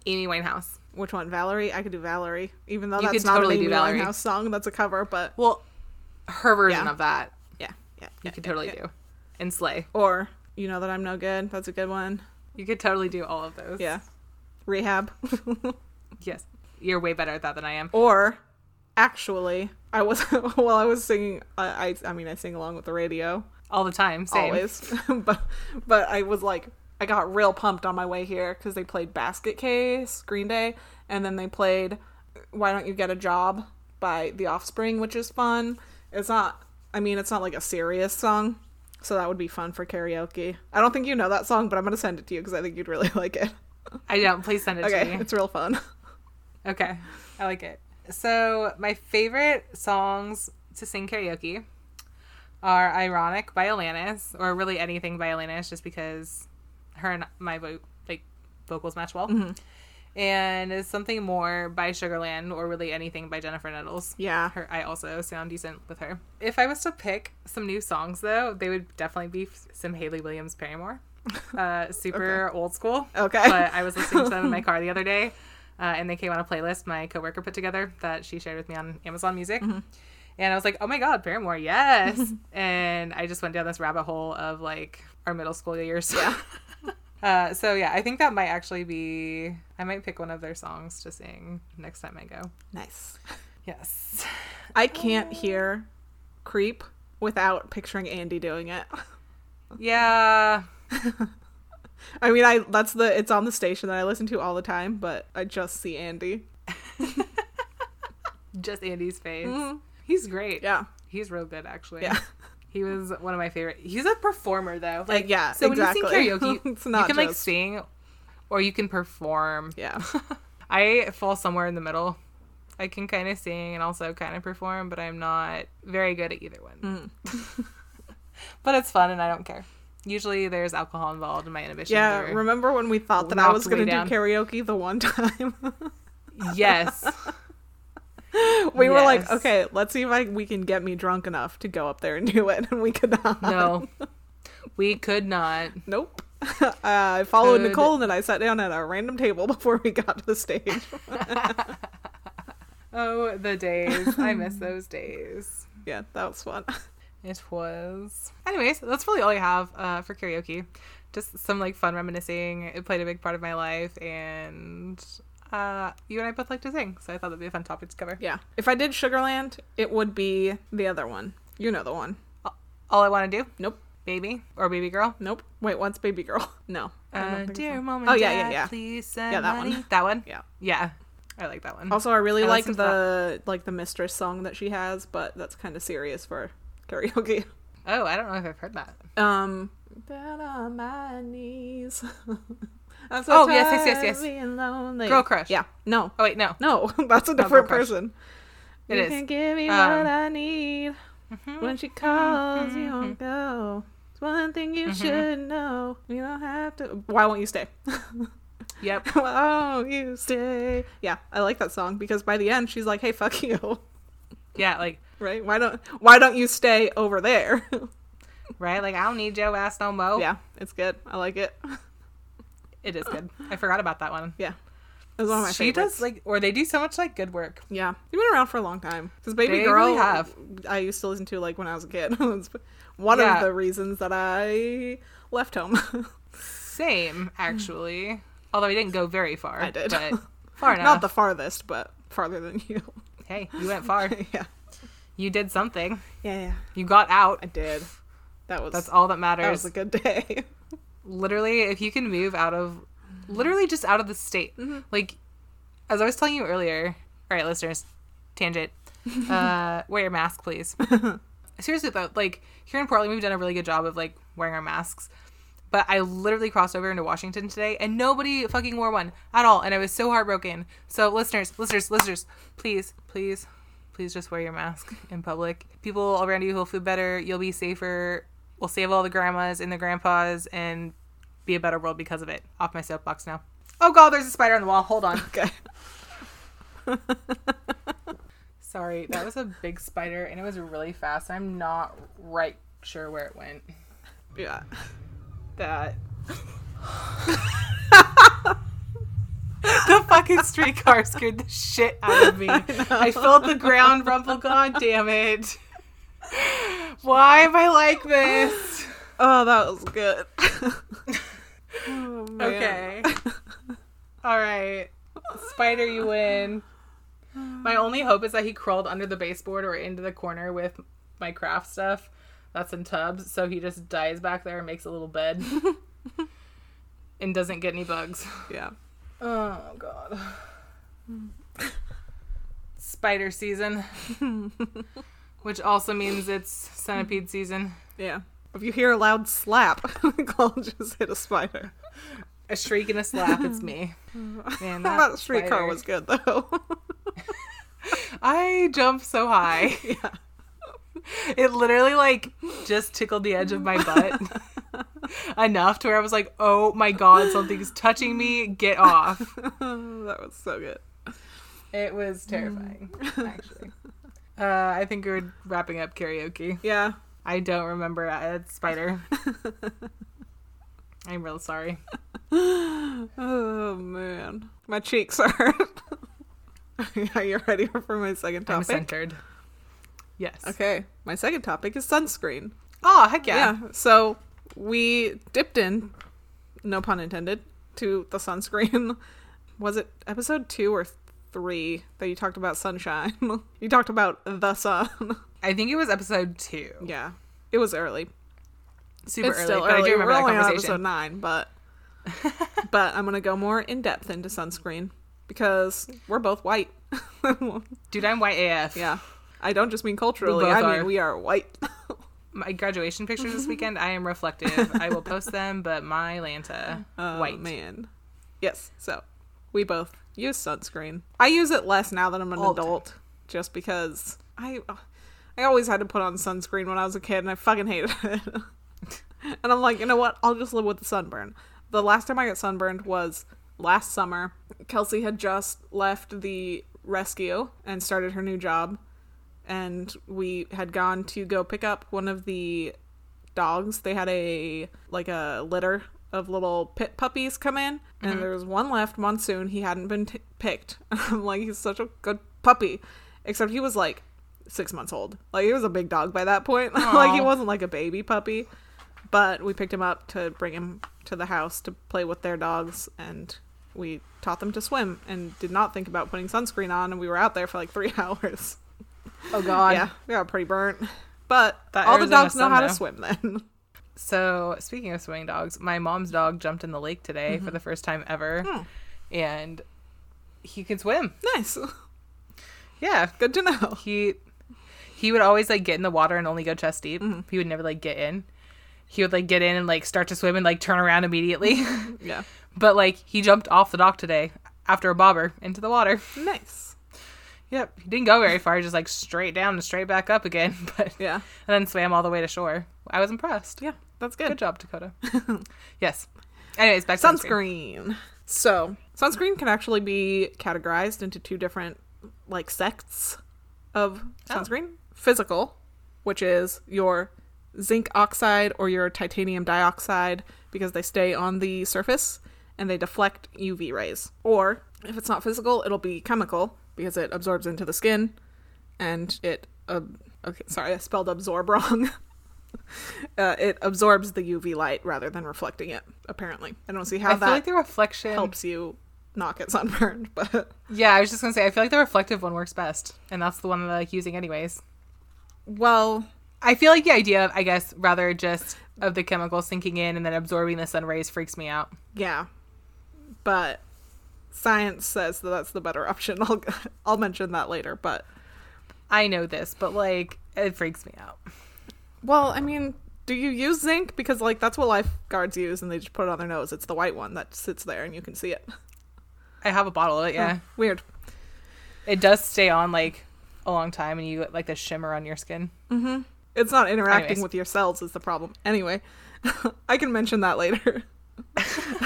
Amy Winehouse. Which one, Valerie? I could do Valerie, even though You that's could not totally an do Amy Valerie. Winehouse song. That's a cover, but Well, her version Yeah. of that yeah, yeah. you could totally do, and Slay. Or you know that I'm no good. That's a good one. You could totally do all of those. Yeah. Rehab. Yes. You're way better at that than I am. or actually, I was while I was singing. I I, I mean, I sing along with the radio All the time. Same. always, but but I was like. I got real pumped on my way here because they played Basket Case, Green Day, and then they played Why Don't You Get a Job by The Offspring, which is fun. It's not, I mean, it's not like a serious song, so that would be fun for karaoke. I don't think you know that song, but I'm going to send it to you because I think you'd really like it. I don't. Please send it Okay, to me. it's real fun. Okay. I like it. So, my favorite songs to sing karaoke are Ironic by Alanis, or really anything by Alanis, just because her and my vo- like vocals match well. Mm-hmm. And is something more by Sugarland, or really anything by Jennifer Nettles. Yeah. her I also sound decent with her. If I was to pick some new songs though, they would definitely be f- some Haley Williams Paramore. Uh, super old school. Okay. But I was listening to them in my car the other day, uh, and they came on a playlist my coworker put together that she shared with me on Amazon Music. And I was like, oh my God, Paramore, yes. and I just went down this rabbit hole of like our middle school years. Yeah. uh, so yeah, I think that might actually be, I might pick one of their songs to sing next time I go. Nice. Yes. I can't hear creep without picturing Andy doing it. Yeah. I mean, I that's the it's on the station that I listen to all the time, but I just see Andy. just Andy's face. Mhm. He's great. Yeah. He's real good actually. Yeah. He was one of my favorite. He's a performer though. Like, yeah, So when exactly. you sing karaoke, It's not you can like just- sing or you can perform. Yeah. I fall somewhere in the middle. I can kind of sing and also kind of perform, but I'm not very good at either one. Mm. but it's fun and I don't care. Usually there's alcohol involved in my inhibitions. Yeah. are- Remember when we thought that I Knocked was way going to down. do karaoke the one time? yes. we were like, Yes. okay, let's see if I, we can get me drunk enough to go up there and do it. And we could not. No. We could not. Nope. I followed Could- Nicole and then I sat down at a random table before we got to the stage. Oh, the days. I miss those days. yeah, that was fun. It was. Anyways, that's really all I have uh, for karaoke. Just some like fun reminiscing. It played a big part of my life, and uh, you and I both like to sing, so I thought that'd be a fun topic to cover. Yeah. If I did Sugarland, it would be the other one. You know the one. All I want to do, Nope. baby or baby girl. Nope. Wait, what's Baby Girl? No. I don't Uh, think dear so. mom and Oh, dad, yeah, yeah, yeah. please send Yeah, that money. one. That one. Yeah. Yeah, I like Oh, that one. Also, I really I like listened to the like the mistress song that she has, but that's kind of serious for karaoke. oh, I don't know if I've heard that. Um, Down on my knees. I'm Oh, yes, yes, yes, tired of yes. Being lonely. Girl Crush. Yeah. No. Oh wait, no. No, that's a different Crush. person. It you is. can give me Um, mm-hmm, what I need. When she calls, you won't go. It's one thing you Mm-hmm. should know. You don't have to. Why won't you stay? Yep. Why won't you stay? Yeah, I like that song because by the end she's like, "Hey, fuck you." Yeah, like Right? Why don't Why don't you stay over there? right, like I don't need Joe ass no mo. yeah, it's good. I like it. It is good. I forgot about that one. Yeah, it was one of my she favorites. does like, or they do so much like good work. Yeah, they've been around for a long time. Because Baby They Girl, really have. I used to listen to like when I was a kid. It's one Yeah. of the reasons that I left home. Same, actually. Although I didn't go very far. Hmm. I did. But far enough. Not the farthest, but farther than you. hey, you went far. yeah. You did something. Yeah, yeah, You got out. I did. That was That's all that that matters. was a good day. literally, if you can move out of, literally just out of the state. Like, as I was telling you earlier, all right, listeners, tangent, uh, wear your mask, please. Seriously, though, like, here in Portland, we've done a really good job of, like, wearing our masks. But I literally crossed over into Washington today and nobody fucking wore one at all. And I was so heartbroken. So, listeners, listeners, listeners, please, please, please just wear your mask in public. People around you will feel better. You'll be safer. We'll save all the grandmas and the grandpas and be a better world because of it. Off my soapbox now. Oh, God, there's a spider on the wall. Hold on. Okay. Sorry, that was a big spider and it was really fast. I'm not right sure where it went. Yeah. That. the fucking streetcar scared the shit out of me. I, felt the ground rumble. God damn it. Why am I like this? Oh, that was good. oh, man. Okay. All right. Spider, you win. My only hope is that he crawled under the baseboard or into the corner with my craft stuff that's in tubs, so he just dies back there and makes a little bed and doesn't get any bugs. Yeah. Oh, God. Spider season, which also means it's centipede season. Yeah. If you hear a loud slap, Cole just hit a spider. A shriek and a slap, it's me. Man, That, that streetcar spider- was good though. I jumped so high. yeah. It literally like just tickled the edge of my butt enough to where I was like, "Oh my god, something's touching me! Get off!" that was so good. It was terrifying, actually. Mm. Uh, I think we're wrapping up karaoke. Yeah. I don't remember uh, it's Spider. I'm real sorry. Oh man, my cheeks hurt. Are you ready for my second I'm topic? centered. Yes. Okay, my second topic is sunscreen. Oh heck yeah! Yeah. So we dipped in, no pun intended, to the sunscreen. Was it episode two or three that you talked about sunshine? you talked about the sun. I think it was episode two. yeah, it was early. Super it's early, still but I early. do We're remember that only on conversation. episode nine, but but I'm gonna go more in depth into sunscreen because we're both white. Dude, I'm white AF. yeah, I don't just mean culturally. both I mean are. we are white. my graduation pictures this weekend. I am reflective. I will post them, but my Lanta Oh, white. man. Yes. So we both use sunscreen. I use it less now that I'm an All the time. adult, just because I I always had to put on sunscreen when I was a kid, and I fucking hated it. and I'm like, you know what? I'll just live with the sunburn. The last time I got sunburned was last summer. Kelsey had just left the rescue and started her new job, and we had gone to go pick up one of the dogs. They had a like a litter of little pit puppies come in, and there was one left, Monsoon. He hadn't been t- picked. I'm like, he's such a good puppy, except he was like six months old. Like he was a big dog by that point. like he Aw. wasn't like a baby puppy, but we picked him up to bring him to the house to play with their dogs and. We taught them to swim and did not think about putting sunscreen on, and we were out there for like three hours. Oh god. Yeah, we got pretty burnt. But That all the Arizona dogs know sun, how to though. swim then. So speaking of swimming dogs, my mom's dog jumped in the lake today for the first time ever, Hmm. and he can swim. nice. Yeah, Good to know. Mm-hmm. he he would always like get in the water and only go chest deep. He would never like get in. he would like get in and like start to swim and like turn around immediately. Yeah. but like he jumped off the dock today after a bobber into the water. Nice. Yep, he didn't go very far. He just like straight down and straight back up again, but Yeah. and then swam all the way to shore. I was impressed. Yeah. That's Good job, Dakota. yes. Anyways, back to sunscreen. So, sunscreen can actually be categorized into two different like sects of Oh. sunscreen. Physical, which is your zinc oxide or your titanium dioxide because they stay on the surface and they deflect UV rays. Or if it's not physical, it'll be chemical because it absorbs into the skin and it ab- okay, sorry, I spelled absorb wrong. uh, it absorbs the UV light rather than reflecting it. Apparently, I don't see how I that feel like the reflection. helps you not get sunburned, but Yeah, I was just gonna say I feel like the reflective one works best, and that's the one that I like using anyways. well, I feel like the idea of I guess rather just of the chemical sinking in and then absorbing the sun rays freaks me out. yeah. But science says that that's the better option. I'll I'll mention that later, but I know this, but like it freaks me out. well, I mean, do you use zinc because like that's what lifeguards use and they just put it on their nose. It's the white one that sits there and you can see it. I have a bottle of it. Yeah, Weird. it does stay on like a long time, and you get like the shimmer on your skin. It's not interacting Anyways. with your cells is the problem. Anyway, I can mention that later.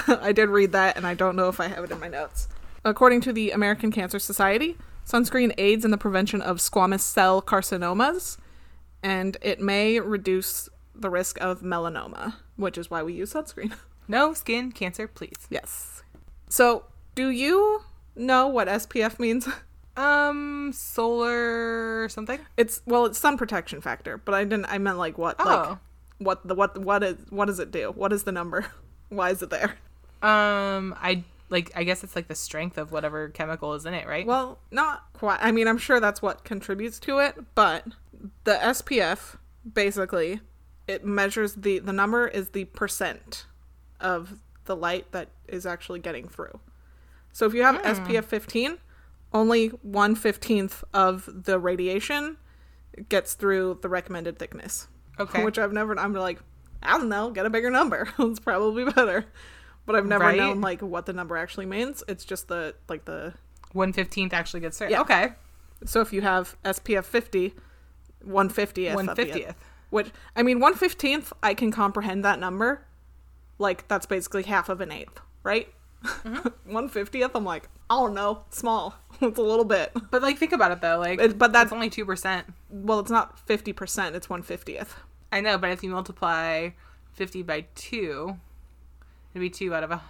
I did read that and I don't know if I have it in my notes. According to the American Cancer Society, sunscreen aids in the prevention of squamous cell carcinomas and it may reduce the risk of melanoma, which is why we use sunscreen. No skin cancer, please. yes. So, do you know what SPF means? Um, solar something. It's well, it's sun protection factor, but I didn't I meant like what like Oh. what the what what is what does it do? What is the number? Why is it there? Um, I like I guess it's like the strength of whatever chemical is in it, right? Well, not quite. I mean, I'm sure that's what contributes to it, but the SPF basically it measures the the number is the percent of the light that is actually getting through. So if you have SPF 15, only one fifteenth of the radiation gets through the recommended thickness. okay. which I've never. I'm like, I don't know, get a bigger number. it's probably better. But I've never Right? known like what the number actually means. It's just the like the. One fifteenth actually gets Oh, there. Yeah. Okay. So if you have SPF 50, 150th. of the- One fiftieth. Which I mean, one fifteenth. I can comprehend that number. Like that's basically half of an eighth, right? Mm-hmm. One fiftieth. I'm like, I don't know, small. it's a little bit. But like think about it though, like It- but that's that's only two percent. well, it's not fifty percent. It's one fiftieth. I know, but if you multiply fifty by two, it'd be two out of a.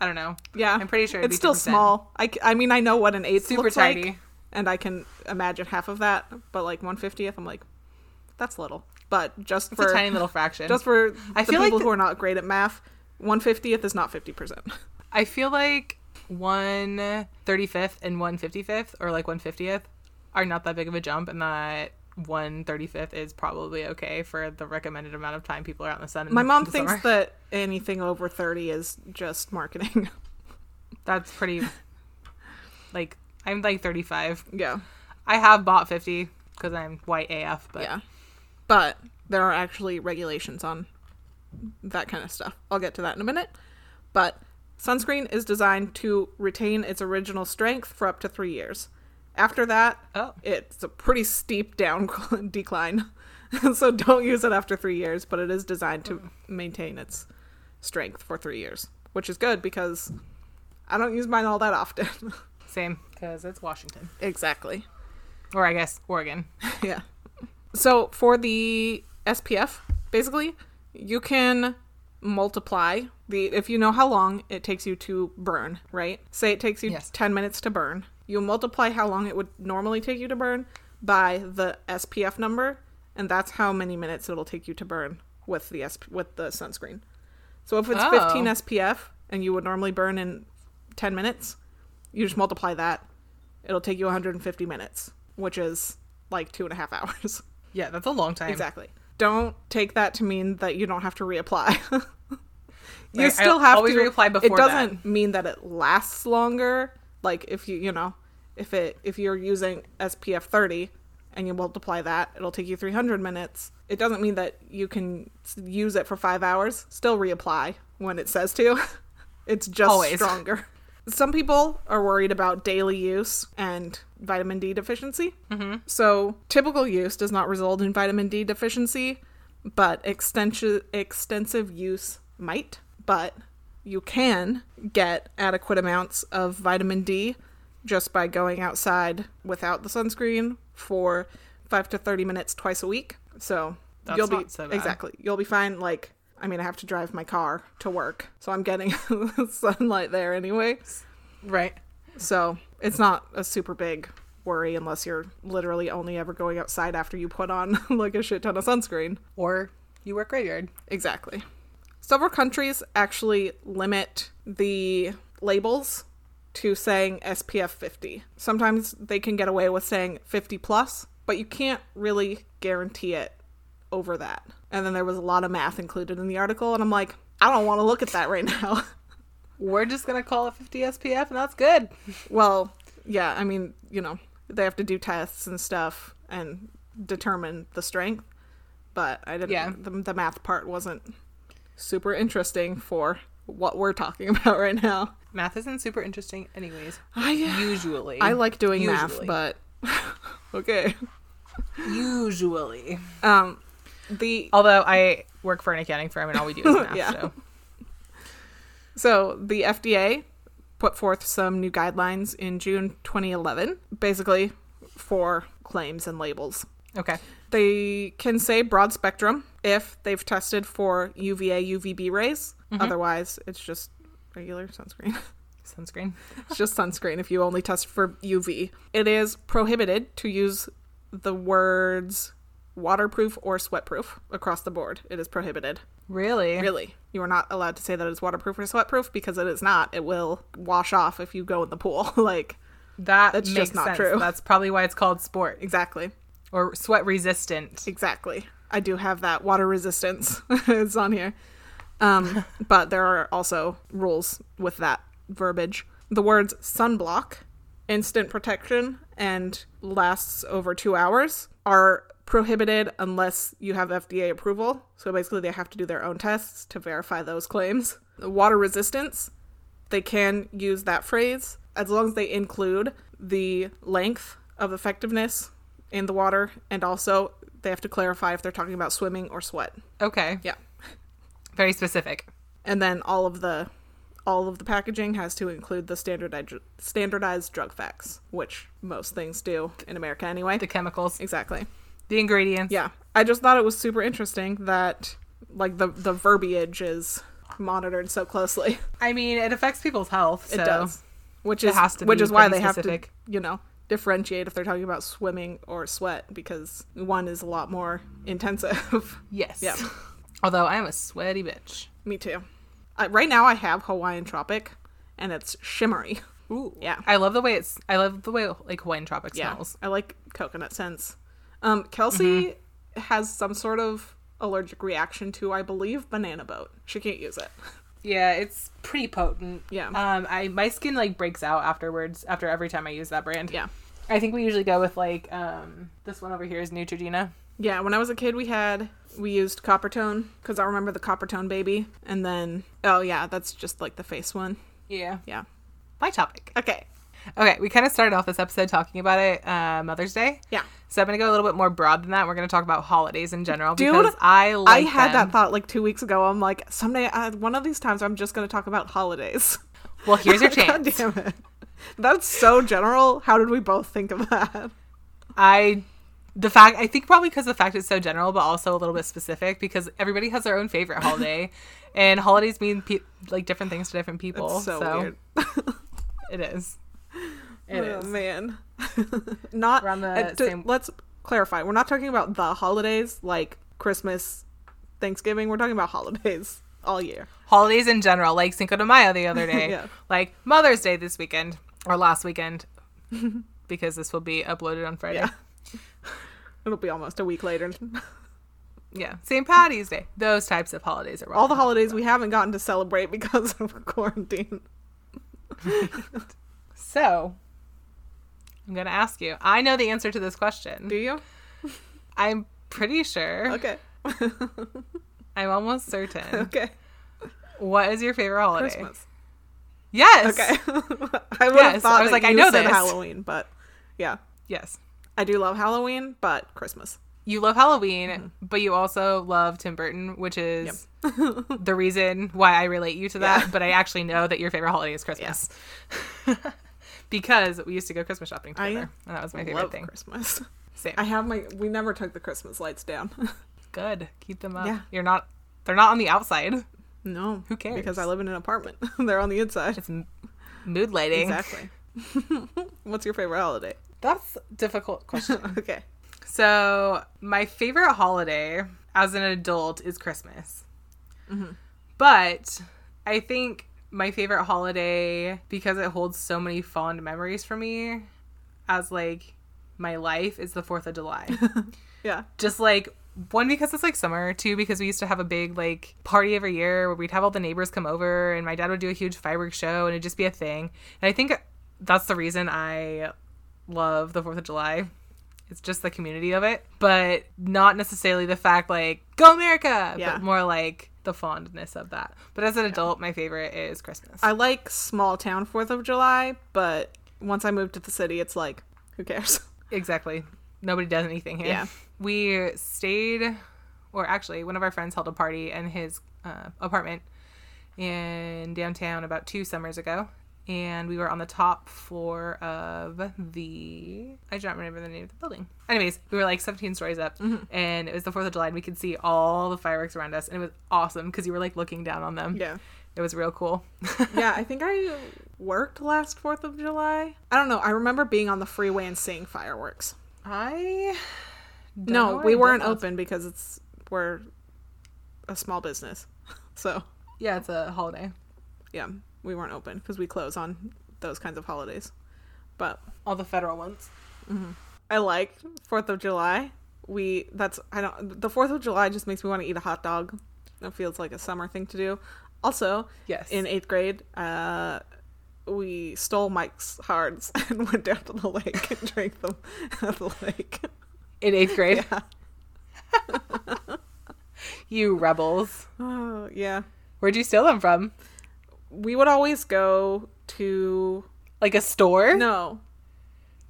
I don't know. Yeah, I'm pretty sure it'd it's be still 2%. small. I, c- I mean, I know what an eighth Super looks like, tiny. and I can imagine half of that. But like one fiftieth, I'm like, that's little. But just It's for a tiny little fraction. just for I the feel like people the- who are not great at math, one fiftieth is not fifty percent. I feel like one thirty fifth and one fifty fifth, or like one fiftieth, are not that big of a jump, and that one thirty fifth is probably okay for the recommended amount of time people are out in the sun. in My mom the thinks summer. that anything over thirty is just marketing. that's pretty. like I'm like thirty five. yeah, I have bought fifty because I'm white AF, but yeah. But there are actually regulations on that kind of stuff. I'll get to that in a minute. But sunscreen is designed to retain its original strength for up to three years. After that, oh, it's a pretty steep down decline. so don't use it after three years, but it is designed to maintain its strength for three years, which is good because I don't use mine all that often. same because it's Washington exactly. or I guess Oregon. yeah. So for the SPF, basically, you can multiply the if you know how long it takes you to burn, right? Say it takes you Yes. 10 minutes to burn. You multiply how long it would normally take you to burn by the SPF number, and that's how many minutes it'll take you to burn with the SP, with the sunscreen. So if it's Oh. 15 SPF and you would normally burn in 10 minutes, you just multiply that. It'll take you 150 minutes, which is like two and a half hours. Yeah, that's a long time. Exactly. Don't take that to mean that you don't have to reapply. you Right, I still have always to reapply It before that. doesn't mean that it lasts longer. Like if you you know if it if you're using SPF 30 and you multiply that, it'll take you 300 minutes. It doesn't mean that you can s- use it for five hours, still reapply when it says to. it's just Always. stronger. Some people are worried about daily use and vitamin D deficiency. Mm-hmm. So, typical use does not result in vitamin D deficiency, but extensi- extensive use might. But you can get adequate amounts of vitamin D just by going outside without the sunscreen for five to 30 minutes twice a week. So, That's you'll be not so bad. exactly you'll be fine. Like, I mean, I have to drive my car to work, so I'm getting sunlight there anyway. Right. So it's not a super big worry unless you're literally only ever going outside after you put on like a shit ton of sunscreen. Or you work graveyard. Exactly. Several countries actually limit the labels to saying SPF 50. Sometimes they can get away with saying 50 plus, but you can't really guarantee it over that. And then there was a lot of math included in the article, and I'm like, I don't want to look at that right now. We're just gonna call it 50 SPF, and that's good. Well, yeah, I mean, you know, they have to do tests and stuff and determine the strength. But I didn't. Yeah. The, the math part wasn't super interesting for what we're talking about right now. Math isn't super interesting, anyways. I Usually, I like doing uh, Usually. math, but okay. usually. Um, the Although I work for an accounting firm, and all we do is math. Yeah. So So the FDA put forth some new guidelines in June 2011, basically for claims and labels. okay, They can say broad spectrum if they've tested for UVA, UVB rays. Otherwise, it's just regular sunscreen. sunscreen. it's just sunscreen if you only test for UV. It is prohibited to use the words waterproof or sweatproof across the board. It is prohibited. Really? Really. You are not allowed to say that it's waterproof or sweatproof because it is not. It will wash off if you go in the pool. like, That That's makes just not sense. true. That's probably why it's called sport exactly. or sweat resistant. Exactly. I do have that water resistance. it's on here. Um, but there are also rules with that verbiage. The words sunblock, instant protection, and lasts over two hours are prohibited unless you have FDA approval. So basically, they have to do their own tests to verify those claims. The water resistance, they can use that phrase as long as they include the length of effectiveness in the water and also they have to clarify if they're talking about swimming or sweat. Okay, Yeah. very specific. And then all of the all of the packaging has to include the standardized standardized drug facts, which most things do in America anyway. The chemicals, Exactly. the ingredients. Yeah. I just thought it was super interesting that like the the verbiage is monitored so closely. I mean, it affects people's health. So. it does which it is has to which be is why pretty they specific. have to you know differentiate if they're talking about swimming or sweat because one is a lot more intensive Yes. Yeah. Although I am a sweaty bitch. me too uh, right now i have hawaiian tropic and it's shimmery Ooh. Yeah. I love the way it's. I love the way like Hawaiian Tropic yeah smells. i like coconut scents um kelsey Mm-hmm. has some sort of allergic reaction to i believe banana boat she can't use it Yeah, it's pretty potent. Yeah. Um, I my skin like breaks out afterwards after every time I use that brand. yeah I think we usually go with like um this one over here is Neutrogena. Yeah, when I was a kid, we had we used Coppertone because I remember the Coppertone baby, and then oh yeah, that's just like the face one. Yeah. Yeah. My topic. Okay. Okay, we kind of started off this episode talking about it uh, Mother's Day. Yeah. So I'm gonna go a little bit more broad than that. We're gonna talk about holidays in general Dude, because I I like had them. that thought like two weeks ago. I'm like, someday, uh, one of these times, I'm just gonna talk about holidays. Well, here's your God chance. damn it. That's so general. How did we both think of that? I the fact I think probably because the fact it's so general, but also a little bit specific because everybody has their own favorite holiday, and holidays mean pe- like different things to different people. It's so, weird. It is. It oh is. man. not We're on the uh, to- same- let's clarify. We're not talking about the holidays like Christmas, Thanksgiving. We're talking about holidays all year. Holidays in general, like Cinco de Mayo the other day, Yeah. like Mother's Day this weekend or last weekend, because this will be uploaded on Friday. Yeah. Yeah. It'll be almost a week later. St. Patty's Day. Those types of holidays are All the holidays we haven't gotten to celebrate because of quarantine. So I'm going to ask you. I know the answer to this question. Do you? I'm pretty sure. Okay. I'm almost certain. okay. What is your favorite holiday? Christmas. Yes. Okay. I would have Yes, thought I was that like, I you know said this. Halloween, but yeah, Yes. I do love Halloween, but Christmas. You love Halloween, Mm-hmm. but you also love Tim Burton, which is the reason why I relate you to that. But I actually know that your favorite holiday is Christmas. because we used to go Christmas shopping I together. and that was my favorite love thing. Christmas. Same. I have my. We never took the Christmas lights down. Good. Keep them up. Yeah. You're not they're not on the outside. no, Who cares? Because I live in an apartment. They're on the inside. It's m- mood lighting. Exactly. What's your favorite holiday? That's a difficult question. Okay. so, my favorite holiday as an adult is Christmas. But I think my favorite holiday because it holds so many fond memories for me as like my life is the 4th of July. Yeah. just like one because it's like summer two because we used to have a big like party every year where we'd have all the neighbors come over and my dad would do a huge fireworks show and it'd just be a thing and i think that's the reason i love the fourth of july it's just the community of it but not necessarily the fact like go america Yeah. but more like the fondness of that but as an adult my favorite is christmas I like small town Fourth of July, but once I moved to the city, it's like, who cares? Exactly. Nobody does anything here. Yeah. We stayed, or actually, one of our friends held a party in his uh, apartment in downtown about two summers ago. And we were on the top floor of the. I don't remember the name of the building. Anyways, we were like 17 stories up, Mm-hmm. and it was the 4th of July, and we could see all the fireworks around us, and it was awesome because you were like looking down on them. Yeah. It was real cool. yeah, I think I worked last 4th of July. I don't know. I remember being on the freeway and seeing fireworks. I. don't know no, what we I did weren't last- open because it's we're a small business. So, Yeah, it's a holiday. yeah, we weren't open because we close on those kinds of holidays. But All the federal ones. I like 4th of July. We that's I don't the 4th of July just makes me want to eat a hot dog. It feels like a summer thing to do. Also, Yes. in eighth grade, uh, we stole Mike's hards and went down to the lake and drank them at the lake. in eighth grade. you rebels. Oh, yeah. Where'd you steal them from? We would always go to Like a store? no,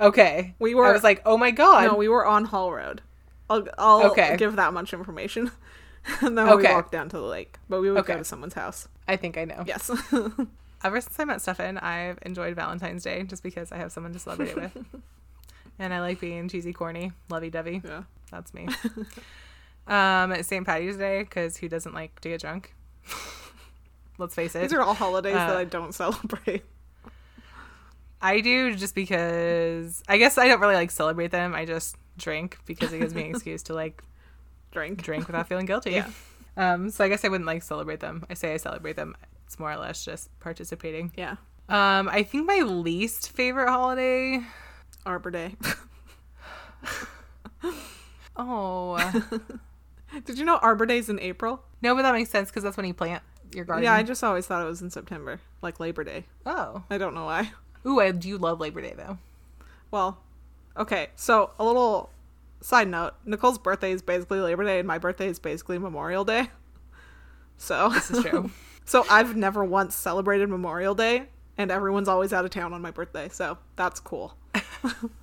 Okay. We were- I was like, oh my god. no. We were on Hall Road. I'll, I'll Okay. give that much information, and then we Okay. walked down to the lake. But we would Okay. go to someone's house. I think I know. Yes. Ever since I met Stefan, I've enjoyed Valentine's Day just because I have someone to celebrate it with. And I like being cheesy, corny, lovey dovey. yeah. That's me. um, it's St. Patty's Day, because who doesn't like to get drunk? Let's face it. These are all holidays that Uh, I don't celebrate. I do just because I guess I don't really like celebrate them. I just drink because it gives me an excuse to like Drink. drink without feeling guilty. Yeah. Um, so I guess I wouldn't like celebrate them. I say I celebrate them. It's more or less just participating. Yeah. Um, I think my least favorite holiday. Arbor Day. Oh Did you know Arbor Day's in April? no, but that makes sense because that's when you plant your garden. Yeah, I just always thought it was in September, like Labor Day. oh, I don't know why. ooh, I do love Labor Day though. Well, okay. So a little side note: Nicole's birthday is basically Labor Day, and my birthday is basically Memorial Day. So, This is true. so I've never once celebrated Memorial Day, and everyone's always out of town on my birthday. So that's cool.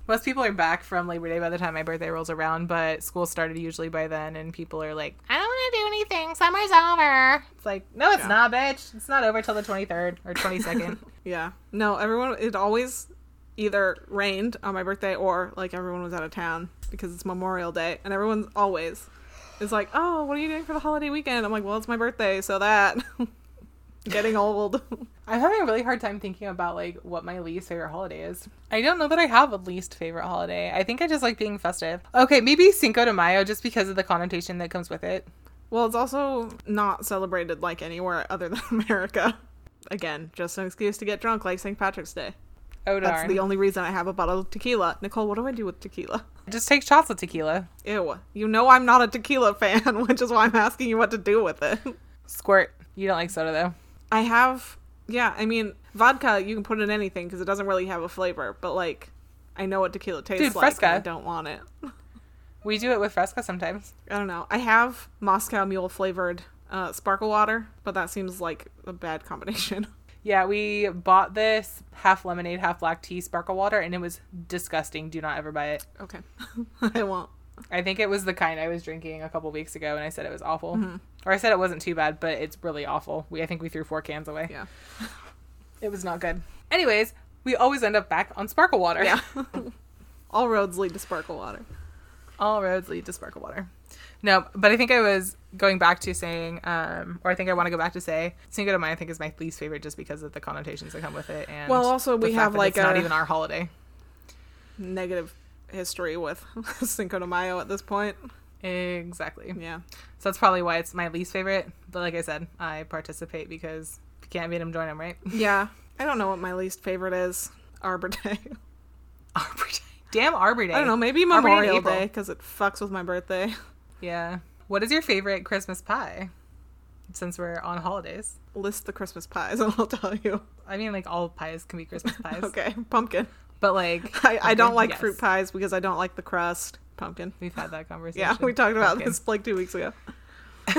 Most people are back from Labor Day by the time my birthday rolls around, but school started usually by then, and people are like, I don't want to do anything. Summer's over. It's like, no, it's Yeah. not, bitch. It's not over till the 23rd or 22nd. Yeah. No, everyone. It always either rained on my birthday or like everyone was out of town because it's Memorial Day, and everyone's always is like, "Oh, what are you doing for the holiday weekend?" I'm like, "Well, it's my birthday, so that." Getting old. I'm having a really hard time thinking about like what my least favorite holiday is. I don't know that I have a least favorite holiday. I think I just like being festive. Okay, maybe Cinco de Mayo just because of the connotation that comes with it. Well, it's also not celebrated like anywhere other than America. Again, just an excuse to get drunk like St. Patrick's Day. Oh That's darn. the only reason I have a bottle of tequila. Nicole, what do I do with tequila? just take shots of tequila. Ew. You know I'm not a tequila fan, which is why I'm asking you what to do with it. Squirt. You don't like soda though. I have, yeah, I mean, vodka, you can put in anything because it doesn't really have a flavor, but like I know what tequila tastes Dude, like. and Fresca. I don't want it. We do it with Fresca sometimes. I don't know. I have Moscow Mule flavored uh, sparkle water, but that seems like a bad combination. Yeah, we bought this half lemonade, half black tea sparkle water, and it was disgusting. Do not ever buy it. okay, I won't. I think it was the kind I was drinking a couple weeks ago, and I said it was awful. Mm-hmm. Or I said it wasn't too bad, but it's really awful. We I think we threw four cans away. Yeah, It was not good. Anyways, we always end up back on sparkle water. yeah. All roads lead to sparkle water. All roads lead to sparkle water. No, but I think I was going back to saying, um, or I think I want to go back to say, Cinco de Mayo. I think is my least favorite just because of the connotations that come with it, and Well, also, the we fact have, that like, it's not a- even our holiday. Negative history with Cinco de Mayo at this point. Exactly. Yeah, So that's probably why it's my least favorite. But like I said, I participate because if you can't beat 'em, join 'em, right? yeah. I don't know what my least favorite is. Arbor Day. Arbor Day. Damn Arbor Day. I don't know. Maybe Arbor Day in Memorial April. Day because it fucks with my birthday. Yeah. What is your favorite Christmas pie? Since we're on holidays. List the Christmas pies and I'll tell you. I mean, like all pies can be Christmas pies, Okay, pumpkin. but like I, I don't Pumpkin, like yes. fruit pies because I don't like the crust. Pumpkin. we've had that conversation. Yeah, we talked about Pumpkin. this like two weeks ago.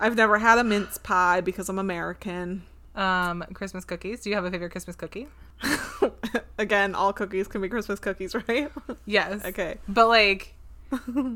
I've never had a mince pie because I'm American. Um, Christmas cookies. Do you have a favorite Christmas cookie? Again, all cookies can be Christmas cookies, right? Yes. okay. But like,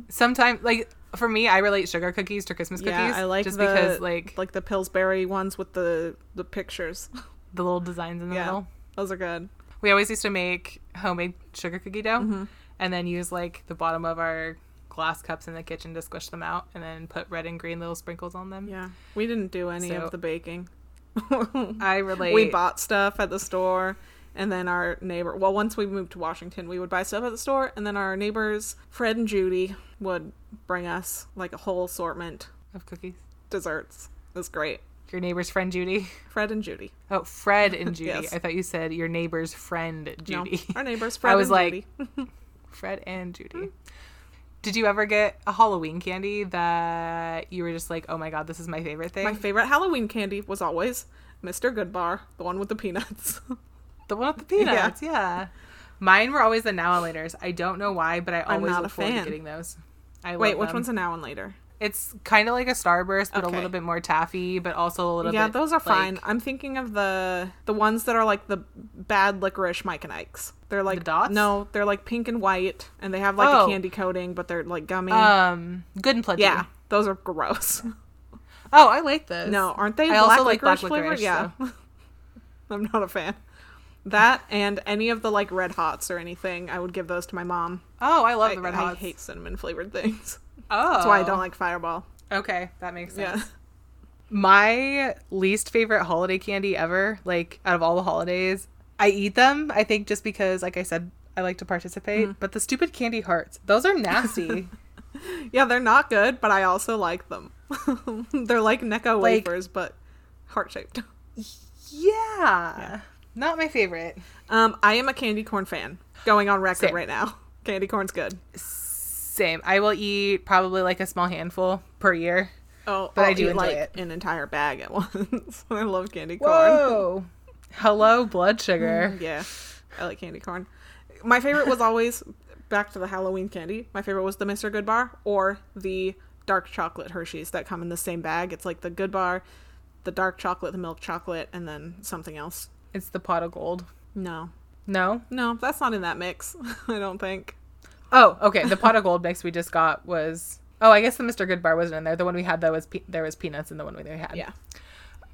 sometimes, like for me, I relate sugar cookies to Christmas Yeah, cookies. I like just the- because like Like the Pillsbury ones with the the pictures. the little designs in the Yeah. middle. Those are good. We always used to make homemade sugar cookie dough, Mm-hmm. and then use like the bottom of our glass cups in the kitchen to squish them out, and then put red and green little sprinkles on them. Yeah. We didn't do any So- of the baking. I relate. we bought stuff at the store and then our neighbor well once we moved to washington we would buy stuff at the store and then our neighbors fred and judy would bring us like a whole assortment of cookies. desserts it was great Your neighbor's friend Judy. fred and judy Oh, Fred and Judy. Yes. I thought you said your neighbor's friend No, Judy. our Hmm. neighbors fred was and like- judy Fred and Judy. Did you ever get a Halloween candy that you were just like, oh my god, this is my favorite thing? my favorite halloween candy was always mr goodbar the one with the peanuts the one with the peanuts, yeah. Mine were always the now and laters. I don't know why, but I I'm always not look a forward to fan. getting those. I wait love which them. one's a now and later It's kind of like a Starburst, but a Okay. little bit more taffy, but also a little yeah bit. those are like- fine i'm thinking of the the ones that are like the bad licorice mike and ikes they're like The dots? no they're like pink and white and they have like Oh. a candy coating but they're like gummy Um, good and plenty. yeah those are gross Oh, I like those. no aren't they I black also like licorice black flavor? licorice, yeah i'm not a fan that and any of the like red hots or anything i would give those to my mom Oh, I love I, the red I hot. hate cinnamon flavored things Oh, that's why i don't like fireball Okay, that makes sense. yeah my least favorite holiday candy ever like out of all the holidays i eat them i think just because like i said i like to participate but the stupid candy hearts those are nasty Yeah, they're not good, but I also like them. they're like Necco Like- wafers, but heart shaped. yeah. not my favorite Um, I am a candy corn fan. Going on record Same. right now. Candy corn's good. same i will eat probably like a small handful per year Oh, But I'll I do eat, enjoy like it. an entire bag at once. I love candy corn. whoa Mm. hello blood sugar Yeah, I like candy corn. My favorite was always back to the Halloween candy. My favorite was the Mr. Good Bar or the dark chocolate Hershey's that come in the same bag. It's like the Good Bar, the dark chocolate, the milk chocolate, and then something else. it's the pot of gold No, no No, that's not in that mix. I don't think. oh okay the pot of gold mix we just got was oh i guess the mr good bar wasn't in there the one we had though was pe- there was peanuts in the one we had Yeah.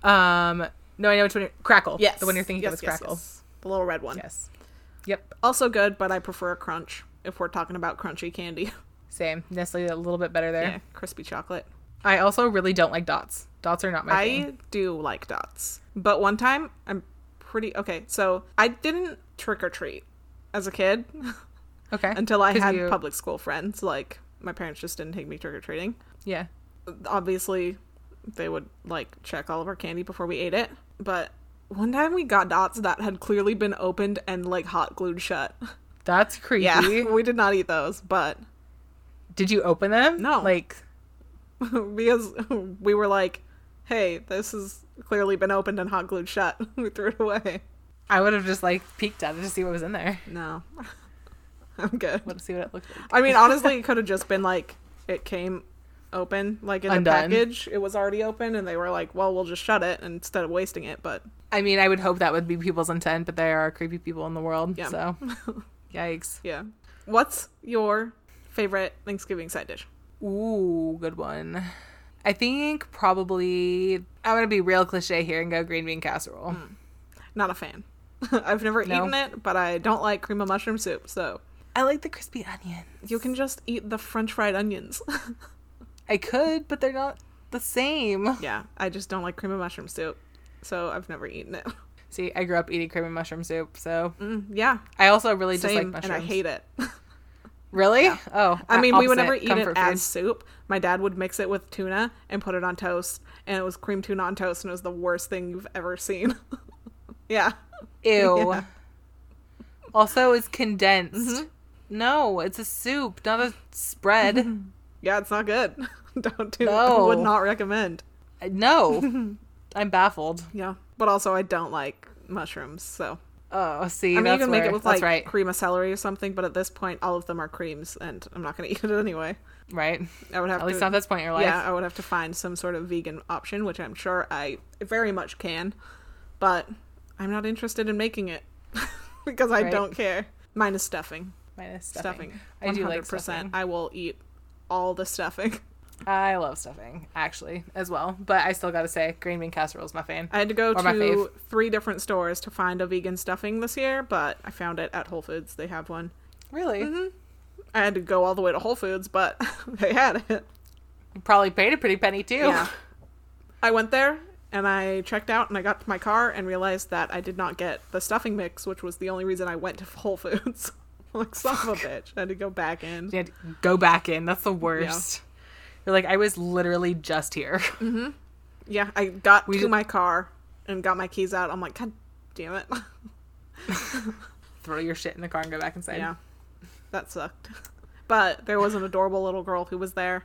Um, no, I know which one. You're, crackle. Yes. the one you're thinking yes, of is yes, crackle. Yes. yes. The little red one. Yep. Also good, but I prefer a crunch if we're talking about crunchy candy. Same. Nestle a little bit better there. yeah, crispy chocolate. I also really don't like dots. Dots are not my thing. I do like dots. But one time, I'm pretty okay. So I didn't trick or treat as a kid Okay. until I 'Cause had you- public school friends. Like, my parents just didn't take me trick or treating. Yeah. obviously they would like check all of our candy before we ate it but one time we got dots that had clearly been opened and like hot glued shut That's creepy. yeah we did not eat those but Did you open them? No. Like, because we were like hey this has clearly been opened and hot glued shut we threw it away I would have just like peeked at it to see what was in there. No. I'm good. Let's see what it looked like. I mean, honestly, it could have just been like it came open, like in the Undone. package. It was already open, and they were like, "Well, we'll just shut it instead of wasting it." But I mean, I would hope that would be people's intent, but there are creepy people in the world. Yeah. So, yikes. yeah, what's your favorite Thanksgiving side dish? Ooh, good one. I think probably I'm gonna be real cliche here and go green bean casserole. Mm. Not a fan. I've never No. eaten it, but I don't like cream of mushroom soup, so I like the crispy onion. you can just eat the French fried onions. I could, but they're not the same. yeah, I just don't like cream of mushroom soup, so I've never eaten it. See, I grew up eating cream and mushroom soup, so Mm, yeah, I also really just like same, and mushrooms. I hate it. Really? Oh, I mean, we would opposite never eat it comfort as soup. My dad would mix it with tuna and put it on toast, and it was cream tuna on toast, and it was the worst thing you've ever seen. yeah, food. Ew. Yeah. Mm-hmm. Also, it's condensed. No, it's a soup, not a spread. yeah, it's not good. Don't do. I No. would not recommend. Uh, No, I'm baffled. Yeah, but also I don't like mushrooms, so Oh, see, I mean, you that's can where, make it with that's like right, cream of celery or something, but at this point, all of them are creams, and I'm not going to eat it anyway. right. I would have At to. least not at this point in your life. yeah, I would have to find some sort of vegan option, which I'm sure I very much can, but I'm not interested in making it because I Right. don't care. Mine is stuffing. Minus stuffing. Stuffing. I do like stuffing. I will eat all the stuffing. I love stuffing actually as well, but I still gotta say green bean casserole is my fan. I had to go Or my to three different stores to find a vegan stuffing this year, but I found it at Whole Foods. They have one. Really, Mm-hmm. I had to go all the way to Whole Foods, but they had it. You probably paid a pretty penny too. Yeah. I went there and I checked out and I got to my car and realized that I did not get the stuffing mix, which was the only reason I went to Whole Foods. like, son of a bitch. I had to go back in. You had to go back in. That's the worst. You're like, I was literally just here. Yeah, I got We to ju- my car and got my keys out. I'm like, God damn it. Throw your shit in the car and go back inside. yeah. That sucked. But there was an adorable little girl who was there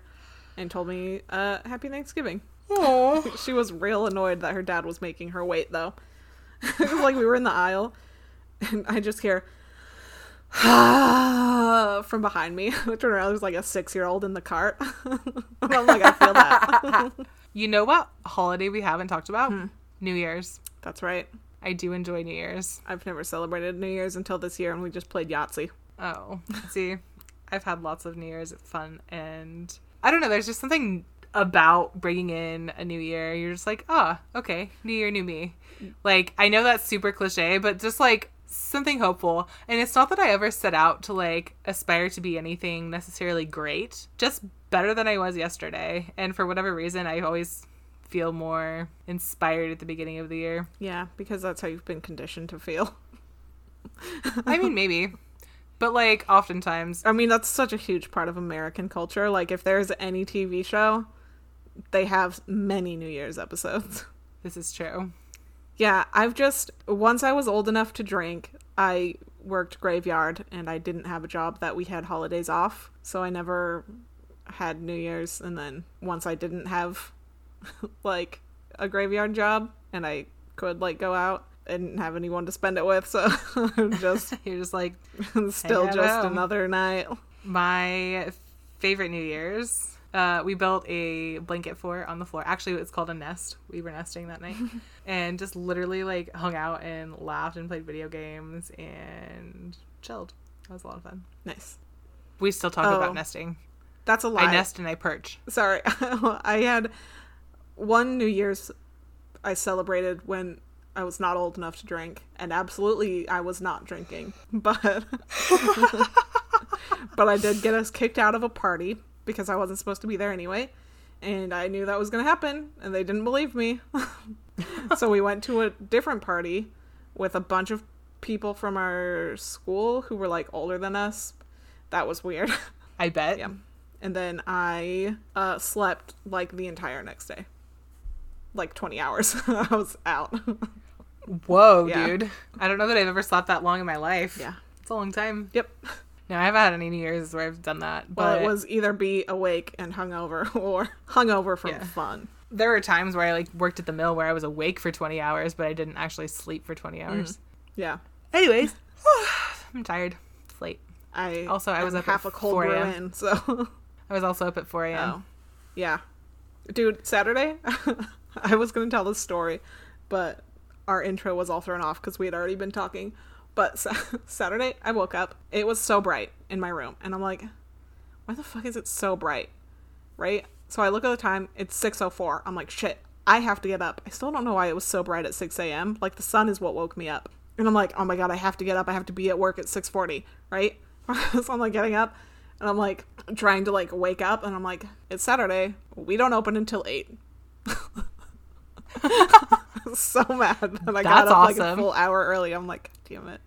and told me, uh, Happy Thanksgiving. Aw. She was real annoyed that her dad was making her wait, though. It was like we were in the aisle, and I just hear from behind me. I turn around, there's like a six year old in the cart. I'm like, I feel that. You know what holiday we haven't talked about? New Year's. That's right. I do enjoy New Year's. I've never celebrated New Year's until this year, and we just played Yahtzee. Oh, see, I've had lots of New Year's fun, and I don't know. There's just something about bringing in a new year. You're just like, ah, okay, new year, new me. Like, I know that's super cliche, but just like something hopeful. And it's not that I ever set out to like aspire to be anything necessarily great, just better than I was yesterday. And for whatever reason, I always feel more inspired at the beginning of the year. Yeah, because that's how you've been conditioned to feel. I mean, maybe, but like oftentimes, I mean, that's such a huge part of American culture. Like, if there's any TV show, they have many New Year's episodes. this is true. Yeah, I've just once I was old enough to drink, I worked graveyard and I didn't have a job that we had holidays off, so I never had New Year's and then once I didn't have like a graveyard job and I could like go out, I didn't have anyone to spend it with, so I'm just You're just like, still Hello. just another night. my favorite New Year's. Uh, we built a blanket fort on the floor. Actually, it's called a nest. We were nesting that night, and just literally like hung out and laughed and played video games and chilled. That was a lot of fun. Nice. We still talk Oh, about nesting. That's a lie. I nest and I perch. Sorry. I had one New Year's I celebrated when I was not old enough to drink, and absolutely I was not drinking. But but I did get us kicked out of a party because I wasn't supposed to be there anyway, and I knew that was going to happen, and they didn't believe me. so we went to a different party with a bunch of people from our school who were like older than us. That was weird. I bet. Yeah. And then I uh, slept like the entire next day. Like 20 hours. I was out. Whoa, Yeah. dude! I don't know that I've ever slept that long in my life. yeah. it's a long time. Yep. No, I haven't had any New Year's where I've done that. Well, but it was either be awake and hungover or hungover from Yeah. fun. Mm-hmm. there were times where I like worked at the mill where I was awake for 20 hours, but I didn't actually sleep for 20 hours. Yeah. Anyways, I'm tired. It's late. I Also, I was am up at half a cold 4 brew a.m.. in, so I was also up at 4 a.m. Oh. Yeah. Dude, Saturday, I was going to tell this story, but our intro was all thrown off because we had already been talking. But sa- Saturday, I woke up. It was so bright in my room. And I'm like, why the fuck is it so bright? Right? So I look at the time. It's 6.04. I'm like, shit, I have to get up. I still don't know why it was so bright at 6 a.m. Like, the sun is what woke me up. And I'm like, oh my god, I have to get up. I have to be at work at 6.40. Right? so I'm like getting up. And I'm like trying to like wake up. And I'm like, it's Saturday. We don't open until 8. so mad that I got That's up like a awesome. full hour early. I'm like, damn it.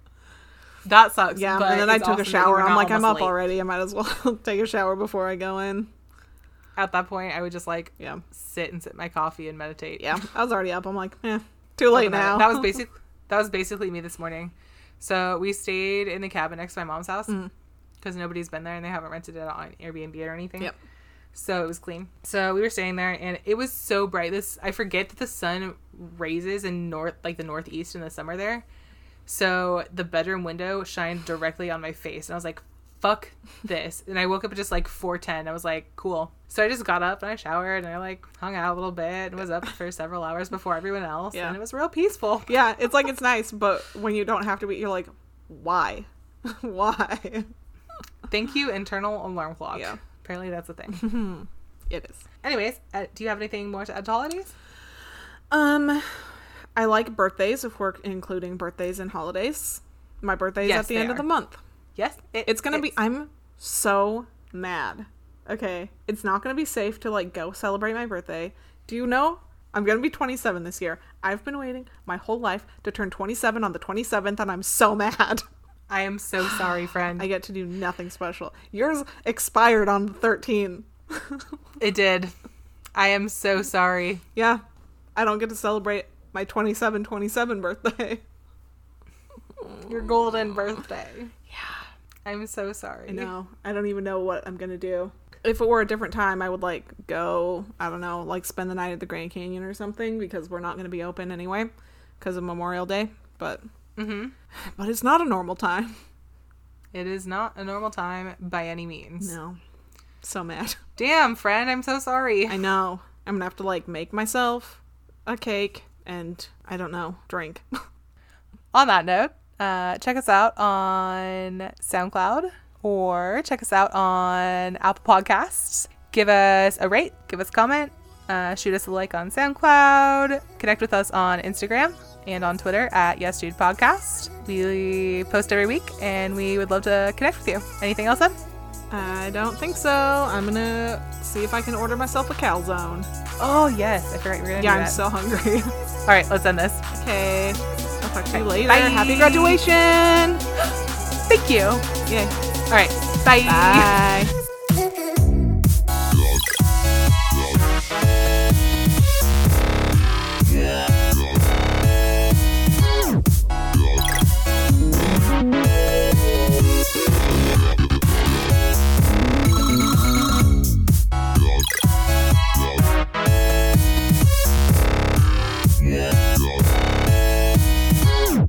That sucks. Yeah, but and then I it's took a awesome that you were shower. I'm not like, I'm almost up late. already. I might as well take a shower before I go in. At that point, I would just like Yeah, sit and sip my coffee and meditate. yeah. I was already up. I'm like, eh, too late Doesn't now. matter. That was basic. That was basically me this morning. So we stayed in the cabin next to my mom's house Mm. because nobody's been there and they haven't rented it on Airbnb or anything. Yep. So it was clean. So we were staying there and it was so bright. This I forget that the sun raises in north like the northeast in the summer there. So the bedroom window shined directly on my face and I was like, fuck this. And I woke up at just like four ten. I was like, cool. So I just got up and I showered and I like hung out a little bit and was up for several hours before everyone else. Yeah. And it was real peaceful. yeah, it's like it's nice, but when you don't have to be, you're like, why, why? Thank you, internal alarm clock. Yeah. Apparently that's a thing. It is. Anyways, uh, do you have anything more to add to holidays? Um, I like birthdays if we're including birthdays and holidays. My birthday is Yes, at the they end of are. the month. Yes. it- It's gonna be. I'm so mad. Okay, it's not gonna be safe to like go celebrate my birthday. Do you know? I'm gonna be 27 this year. I've been waiting my whole life to turn 27 on the 27th, and I'm so mad. I am so sorry, friend. I get to do nothing special. Yours expired on the 13th. it did. I am so sorry. Yeah, I don't get to celebrate my 27 27 birthday. Your golden birthday. Yeah. I'm so sorry. I know. I don't even know what I'm gonna do. If it were a different time, I would like go. I don't know, like spend the night at the Grand Canyon or something because we're not gonna be open anyway because of Memorial Day. But Mm-hmm. but it's not a normal time. It is not a normal time by any means. No, so mad. Damn, friend, I'm so sorry. I know. I'm gonna have to like make myself a cake and I don't know, drink. On that note, uh, check us out on SoundCloud or check us out on Apple Podcasts. Give us a rate, give us a comment, uh, shoot us a like on SoundCloud, connect with us on Instagram and on Twitter at Yes Dude Podcast. We post every week and we would love to connect with you. Anything else, Em? I don't think so. I'm gonna see if I can order myself a calzone. Oh, yes. I forgot you were going to Yeah, do I'm that. so hungry. All right, let's end this. okay, I'll talk to you later. Bye. Happy graduation! Thank you. Yay! All right. Bye. Bye.